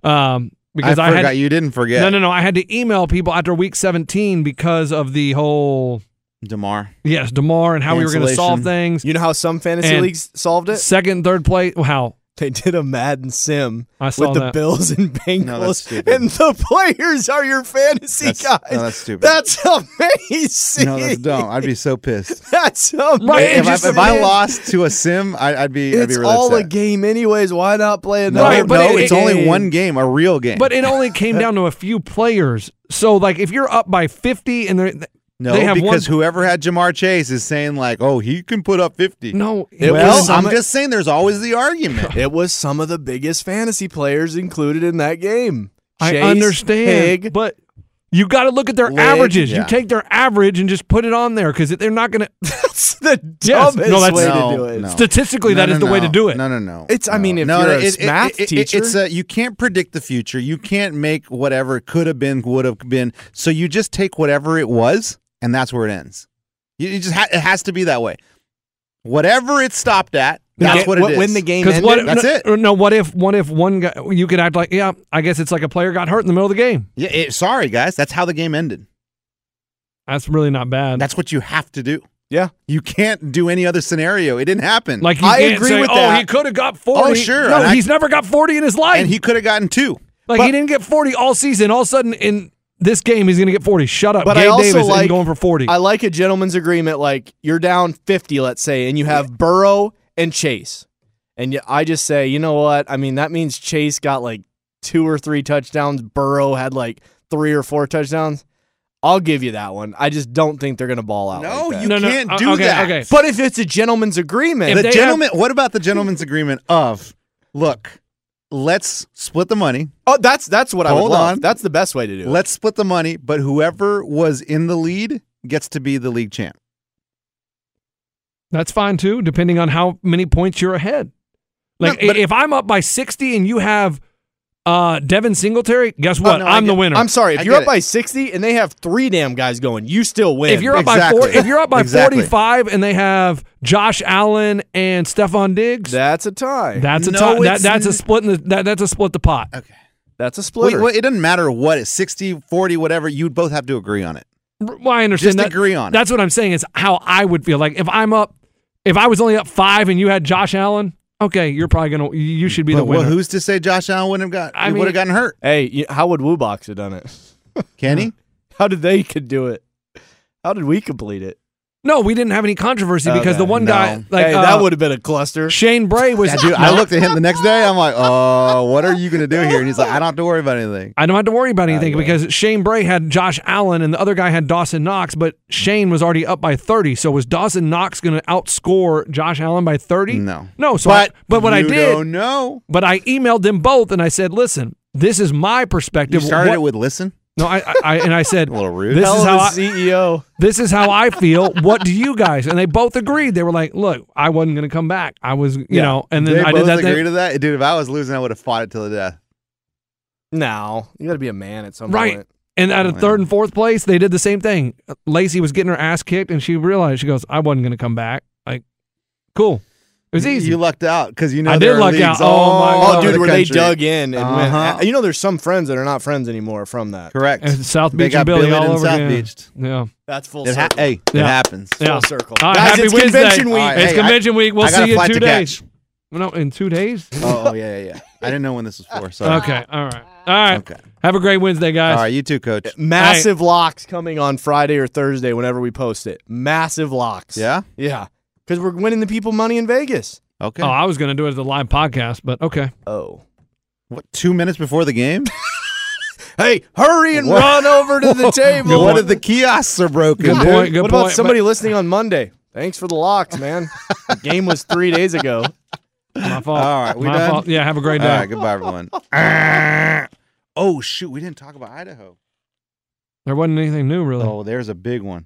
Speaker 2: Um, because I,
Speaker 3: I forgot
Speaker 2: had
Speaker 3: you didn't forget.
Speaker 2: no, no, no. I had to email people after week 17 because of the whole
Speaker 3: Demar.
Speaker 2: yes, Demar and how we were going to solve
Speaker 3: Cancellation.
Speaker 2: things.
Speaker 4: you know how some fantasy
Speaker 2: And-
Speaker 4: leagues solved it?
Speaker 2: Second, third place. Wow.
Speaker 4: They did a Madden sim
Speaker 2: I
Speaker 4: with
Speaker 2: saw
Speaker 4: the
Speaker 2: that.
Speaker 4: Bills and
Speaker 3: No, that's
Speaker 4: Bengals,
Speaker 3: stupid.
Speaker 4: and the players are your fantasy
Speaker 3: That's-
Speaker 4: guys.
Speaker 3: no, that's stupid.
Speaker 4: That's amazing.
Speaker 3: No, that's dumb. I'd be so pissed.
Speaker 4: That's amazing.
Speaker 2: Right,
Speaker 3: if, I,
Speaker 2: just
Speaker 3: if I lost to a sim, I, I'd be. I'd be
Speaker 4: it's
Speaker 3: really
Speaker 4: all
Speaker 3: upset.
Speaker 4: a game, anyways. Why not play
Speaker 3: No,
Speaker 4: another?
Speaker 2: Right, but
Speaker 3: no,
Speaker 2: it-
Speaker 3: it's
Speaker 2: it-
Speaker 3: only one game, a real game.
Speaker 2: But it only came down to a few players. So like, if you're up by 50 and they're
Speaker 3: no,
Speaker 2: they have
Speaker 3: because
Speaker 2: one-
Speaker 3: whoever had Jamar Chase is saying like, oh, he can put up fifty.
Speaker 2: no,
Speaker 4: It
Speaker 3: well,
Speaker 4: was
Speaker 3: I'm
Speaker 4: some-
Speaker 3: just saying, there's always the argument.
Speaker 4: It was some of the biggest fantasy players included in that game.
Speaker 2: I
Speaker 4: Chase,
Speaker 2: understand,
Speaker 4: Hig,
Speaker 2: but you got to look at their
Speaker 3: Lig,
Speaker 2: averages.
Speaker 3: yeah.
Speaker 2: You take their average and just put it on there because they're not going to.
Speaker 4: that's the
Speaker 2: Yes,
Speaker 4: dumbest
Speaker 2: no, that's-
Speaker 4: way
Speaker 3: no,
Speaker 4: to do it.
Speaker 3: no.
Speaker 2: Statistically, that is the way to do it.
Speaker 3: No, no, no.
Speaker 4: It's- I
Speaker 3: No.
Speaker 4: mean, if
Speaker 3: No,
Speaker 4: you're a
Speaker 3: it- it-
Speaker 4: math
Speaker 3: it- it-
Speaker 4: teacher-
Speaker 3: it's a, you can't predict the future. You can't make whatever could have been, would have been. So you just take whatever it was, and that's where it ends. You, you just ha- it has to be that way. Whatever it stopped at, that's
Speaker 4: Ga-
Speaker 3: what it is.
Speaker 4: When the game
Speaker 2: Because
Speaker 4: ended,
Speaker 2: what?
Speaker 3: That's
Speaker 2: no,
Speaker 3: it.
Speaker 2: No, what if? What if one guy? You could act like, yeah, I guess it's like a player got hurt in the middle of the game.
Speaker 3: Yeah, it, sorry guys, that's how the game ended.
Speaker 2: That's really not bad.
Speaker 3: That's what you have to do.
Speaker 4: yeah,
Speaker 3: You can't do any other scenario. It didn't happen.
Speaker 2: like you
Speaker 4: I
Speaker 2: can't
Speaker 4: agree
Speaker 2: say,
Speaker 4: with
Speaker 2: oh,
Speaker 4: that.
Speaker 2: he could have got forty.
Speaker 3: Oh, sure,
Speaker 2: No,
Speaker 3: and I-
Speaker 2: he's never got forty in his life.
Speaker 3: and he could have gotten two.
Speaker 2: like he
Speaker 4: but-
Speaker 2: didn't get forty all season. All of a sudden in this game, he's going to get forty. Shut up,
Speaker 4: but
Speaker 2: Gabe
Speaker 4: I also
Speaker 2: Davis isn't
Speaker 4: like
Speaker 2: going for forty.
Speaker 4: I like a gentleman's agreement. Like you're down fifty, let's say, and you have Burrow and Chase, and y- I just say, you know what? I mean, that means Chase got like two or three touchdowns. Burrow had like three or four touchdowns. I'll give you that one. I just don't think they're gonna ball out.
Speaker 3: No,
Speaker 4: like that.
Speaker 3: you
Speaker 2: No, no,
Speaker 3: can't
Speaker 2: uh,
Speaker 3: do
Speaker 2: okay,
Speaker 3: that.
Speaker 2: okay.
Speaker 4: But if it's a gentleman's agreement,
Speaker 2: If
Speaker 3: the
Speaker 2: they
Speaker 3: gentleman. what about the gentleman's agreement of, look, let's split the money.
Speaker 4: oh, that's that's what I would
Speaker 3: Hold
Speaker 4: love.
Speaker 3: on.
Speaker 4: That's the best way to do it.
Speaker 3: Let's split the money, but whoever was in the lead gets to be the league champ.
Speaker 2: That's fine too, depending on how many points you're ahead. Like
Speaker 3: No, but-
Speaker 2: if I'm up by sixty and you have uh Devin Singletary, guess
Speaker 3: Oh,
Speaker 2: what?
Speaker 3: no, I
Speaker 2: I'm the
Speaker 3: get-
Speaker 2: winner.
Speaker 4: I'm sorry, if
Speaker 3: I
Speaker 4: you're
Speaker 3: get
Speaker 4: up
Speaker 3: it.
Speaker 4: by sixty and they have three damn guys going, you still win.
Speaker 2: if you're up
Speaker 3: Exactly.
Speaker 2: by 40, if you're up by
Speaker 3: Exactly.
Speaker 2: 45 and they have Josh Allen and Stephon Diggs,
Speaker 4: that's a tie.
Speaker 2: that's a
Speaker 3: No,
Speaker 2: tie. That,
Speaker 3: it's
Speaker 2: that's a
Speaker 3: n- Uh,
Speaker 2: split in the that, that's a split the pot.
Speaker 3: Okay.
Speaker 4: that's a
Speaker 3: Well,
Speaker 4: splitter.
Speaker 3: it doesn't matter what it's 60, 40, whatever. You'd both have to agree on it.
Speaker 2: Well, I understand
Speaker 3: Just
Speaker 2: that.
Speaker 3: agree on it.
Speaker 2: That's what I'm saying is how I would feel. Like if I'm up if I was only up 5 and you had Josh Allen, okay, you're probably going to you should be the
Speaker 3: But, well,
Speaker 2: winner.
Speaker 3: who's to say Josh Allen wouldn't have got?
Speaker 2: I
Speaker 3: he would
Speaker 2: mean-
Speaker 3: have gotten hurt.
Speaker 4: Hey, you, how would WooBox have done it?
Speaker 3: Can he?
Speaker 4: How did they could do it? How did we complete it?
Speaker 2: no, we didn't have any controversy because
Speaker 3: Okay,
Speaker 2: the one
Speaker 3: no.
Speaker 2: guy like
Speaker 4: hey,
Speaker 2: uh,
Speaker 4: that would have been a cluster.
Speaker 2: Shane Bray was
Speaker 3: Yeah, dude, I looked at him the next day. I'm like, oh, what are you gonna do here? And he's like, I don't have to worry about anything.
Speaker 2: I don't have to worry about anything
Speaker 3: yeah.
Speaker 2: because Shane Bray had Josh Allen and the other guy had Dawson Knox, but Shane was already up by 30. So was Dawson Knox going to outscore Josh Allen by 30?
Speaker 3: No.
Speaker 2: No. So
Speaker 3: but
Speaker 2: I- but what I
Speaker 3: you
Speaker 2: did,
Speaker 3: don't know.
Speaker 2: but I emailed them both and I said, listen, this is my
Speaker 3: You
Speaker 2: perspective.
Speaker 3: started
Speaker 2: What-
Speaker 3: it with listen.
Speaker 2: no, I, I, I and I said,
Speaker 3: A little rude.
Speaker 2: This
Speaker 4: Hell
Speaker 2: is E
Speaker 4: of
Speaker 2: how
Speaker 4: a
Speaker 2: I,
Speaker 4: CEO.
Speaker 2: this is how I feel. What do you guys? And they both agreed. They were like, look, I wasn't going to come back. I was, you
Speaker 4: Yeah.
Speaker 2: know, and
Speaker 3: they
Speaker 2: then I
Speaker 3: both
Speaker 2: did that.
Speaker 3: agree
Speaker 2: Thing.
Speaker 3: to that, dude. If I was losing, I would have fought it till the death.
Speaker 4: No, you got to be a man at some
Speaker 2: Right.
Speaker 4: point.
Speaker 2: And out of
Speaker 3: Oh,
Speaker 2: third
Speaker 3: yeah.
Speaker 2: and fourth place, they did the same thing. Lacey was getting her ass kicked, and she realized she goes, "I wasn't going to come back." Like, cool. It was
Speaker 3: You-
Speaker 2: easy.
Speaker 3: You lucked out because you know
Speaker 2: I
Speaker 3: there
Speaker 2: did
Speaker 3: are
Speaker 2: luck out.
Speaker 3: leagues
Speaker 2: Oh,
Speaker 3: all
Speaker 2: my
Speaker 4: Oh,
Speaker 2: God.
Speaker 3: over
Speaker 4: dude,
Speaker 3: the
Speaker 4: where
Speaker 3: country.
Speaker 4: they dug in and
Speaker 3: Uh-huh.
Speaker 4: went. You know, there's some friends that are not friends anymore from that.
Speaker 3: Correct.
Speaker 2: And South
Speaker 3: They
Speaker 2: Beach
Speaker 3: got
Speaker 2: and Billy
Speaker 3: Billied
Speaker 2: all
Speaker 3: and
Speaker 2: over
Speaker 3: South
Speaker 2: again.
Speaker 3: Beached.
Speaker 2: Yeah.
Speaker 4: That's full
Speaker 3: It ha-
Speaker 4: circle.
Speaker 3: hey, it
Speaker 2: Yeah.
Speaker 3: happens.
Speaker 2: Yeah.
Speaker 4: Full circle.
Speaker 2: All right,
Speaker 4: Guys,
Speaker 2: happy
Speaker 4: it's
Speaker 2: Wednesday.
Speaker 4: convention week.
Speaker 3: All right,
Speaker 2: it's
Speaker 3: hey, I-
Speaker 2: convention week. We'll
Speaker 3: I got
Speaker 2: see
Speaker 3: a
Speaker 2: you in
Speaker 3: flight
Speaker 2: two
Speaker 3: to
Speaker 2: days.
Speaker 3: catch.
Speaker 2: No, in two days.
Speaker 3: Oh, oh, yeah, yeah, yeah. I didn't know when this was for. Sorry.
Speaker 2: Okay. All right. All right.
Speaker 3: Okay.
Speaker 2: Have a great Wednesday,
Speaker 3: All
Speaker 2: guys.
Speaker 3: right, you too, coach.
Speaker 4: Massive locks coming on Friday or Thursday whenever we post it. Massive locks.
Speaker 3: Yeah?
Speaker 4: Yeah. Because we're winning the people money in Vegas.
Speaker 3: Okay.
Speaker 2: Oh, I was going to do it as a live podcast, but okay.
Speaker 4: Oh.
Speaker 3: What, two minutes before the game?
Speaker 4: Hey, hurry and
Speaker 3: What?
Speaker 4: run over to the table.
Speaker 3: What if the kiosks are broken?
Speaker 2: Good
Speaker 3: dude?
Speaker 2: point. Good
Speaker 4: what
Speaker 2: point.
Speaker 4: about somebody listening on Monday? Thanks for the locks, man. the game was three days ago.
Speaker 2: My fault.
Speaker 3: All right, we
Speaker 2: My
Speaker 3: done?
Speaker 2: fault. Yeah, have a great day.
Speaker 3: All right, goodbye, everyone. oh, shoot. We didn't talk about Idaho.
Speaker 2: There wasn't anything new, really.
Speaker 3: Oh, there's a big one.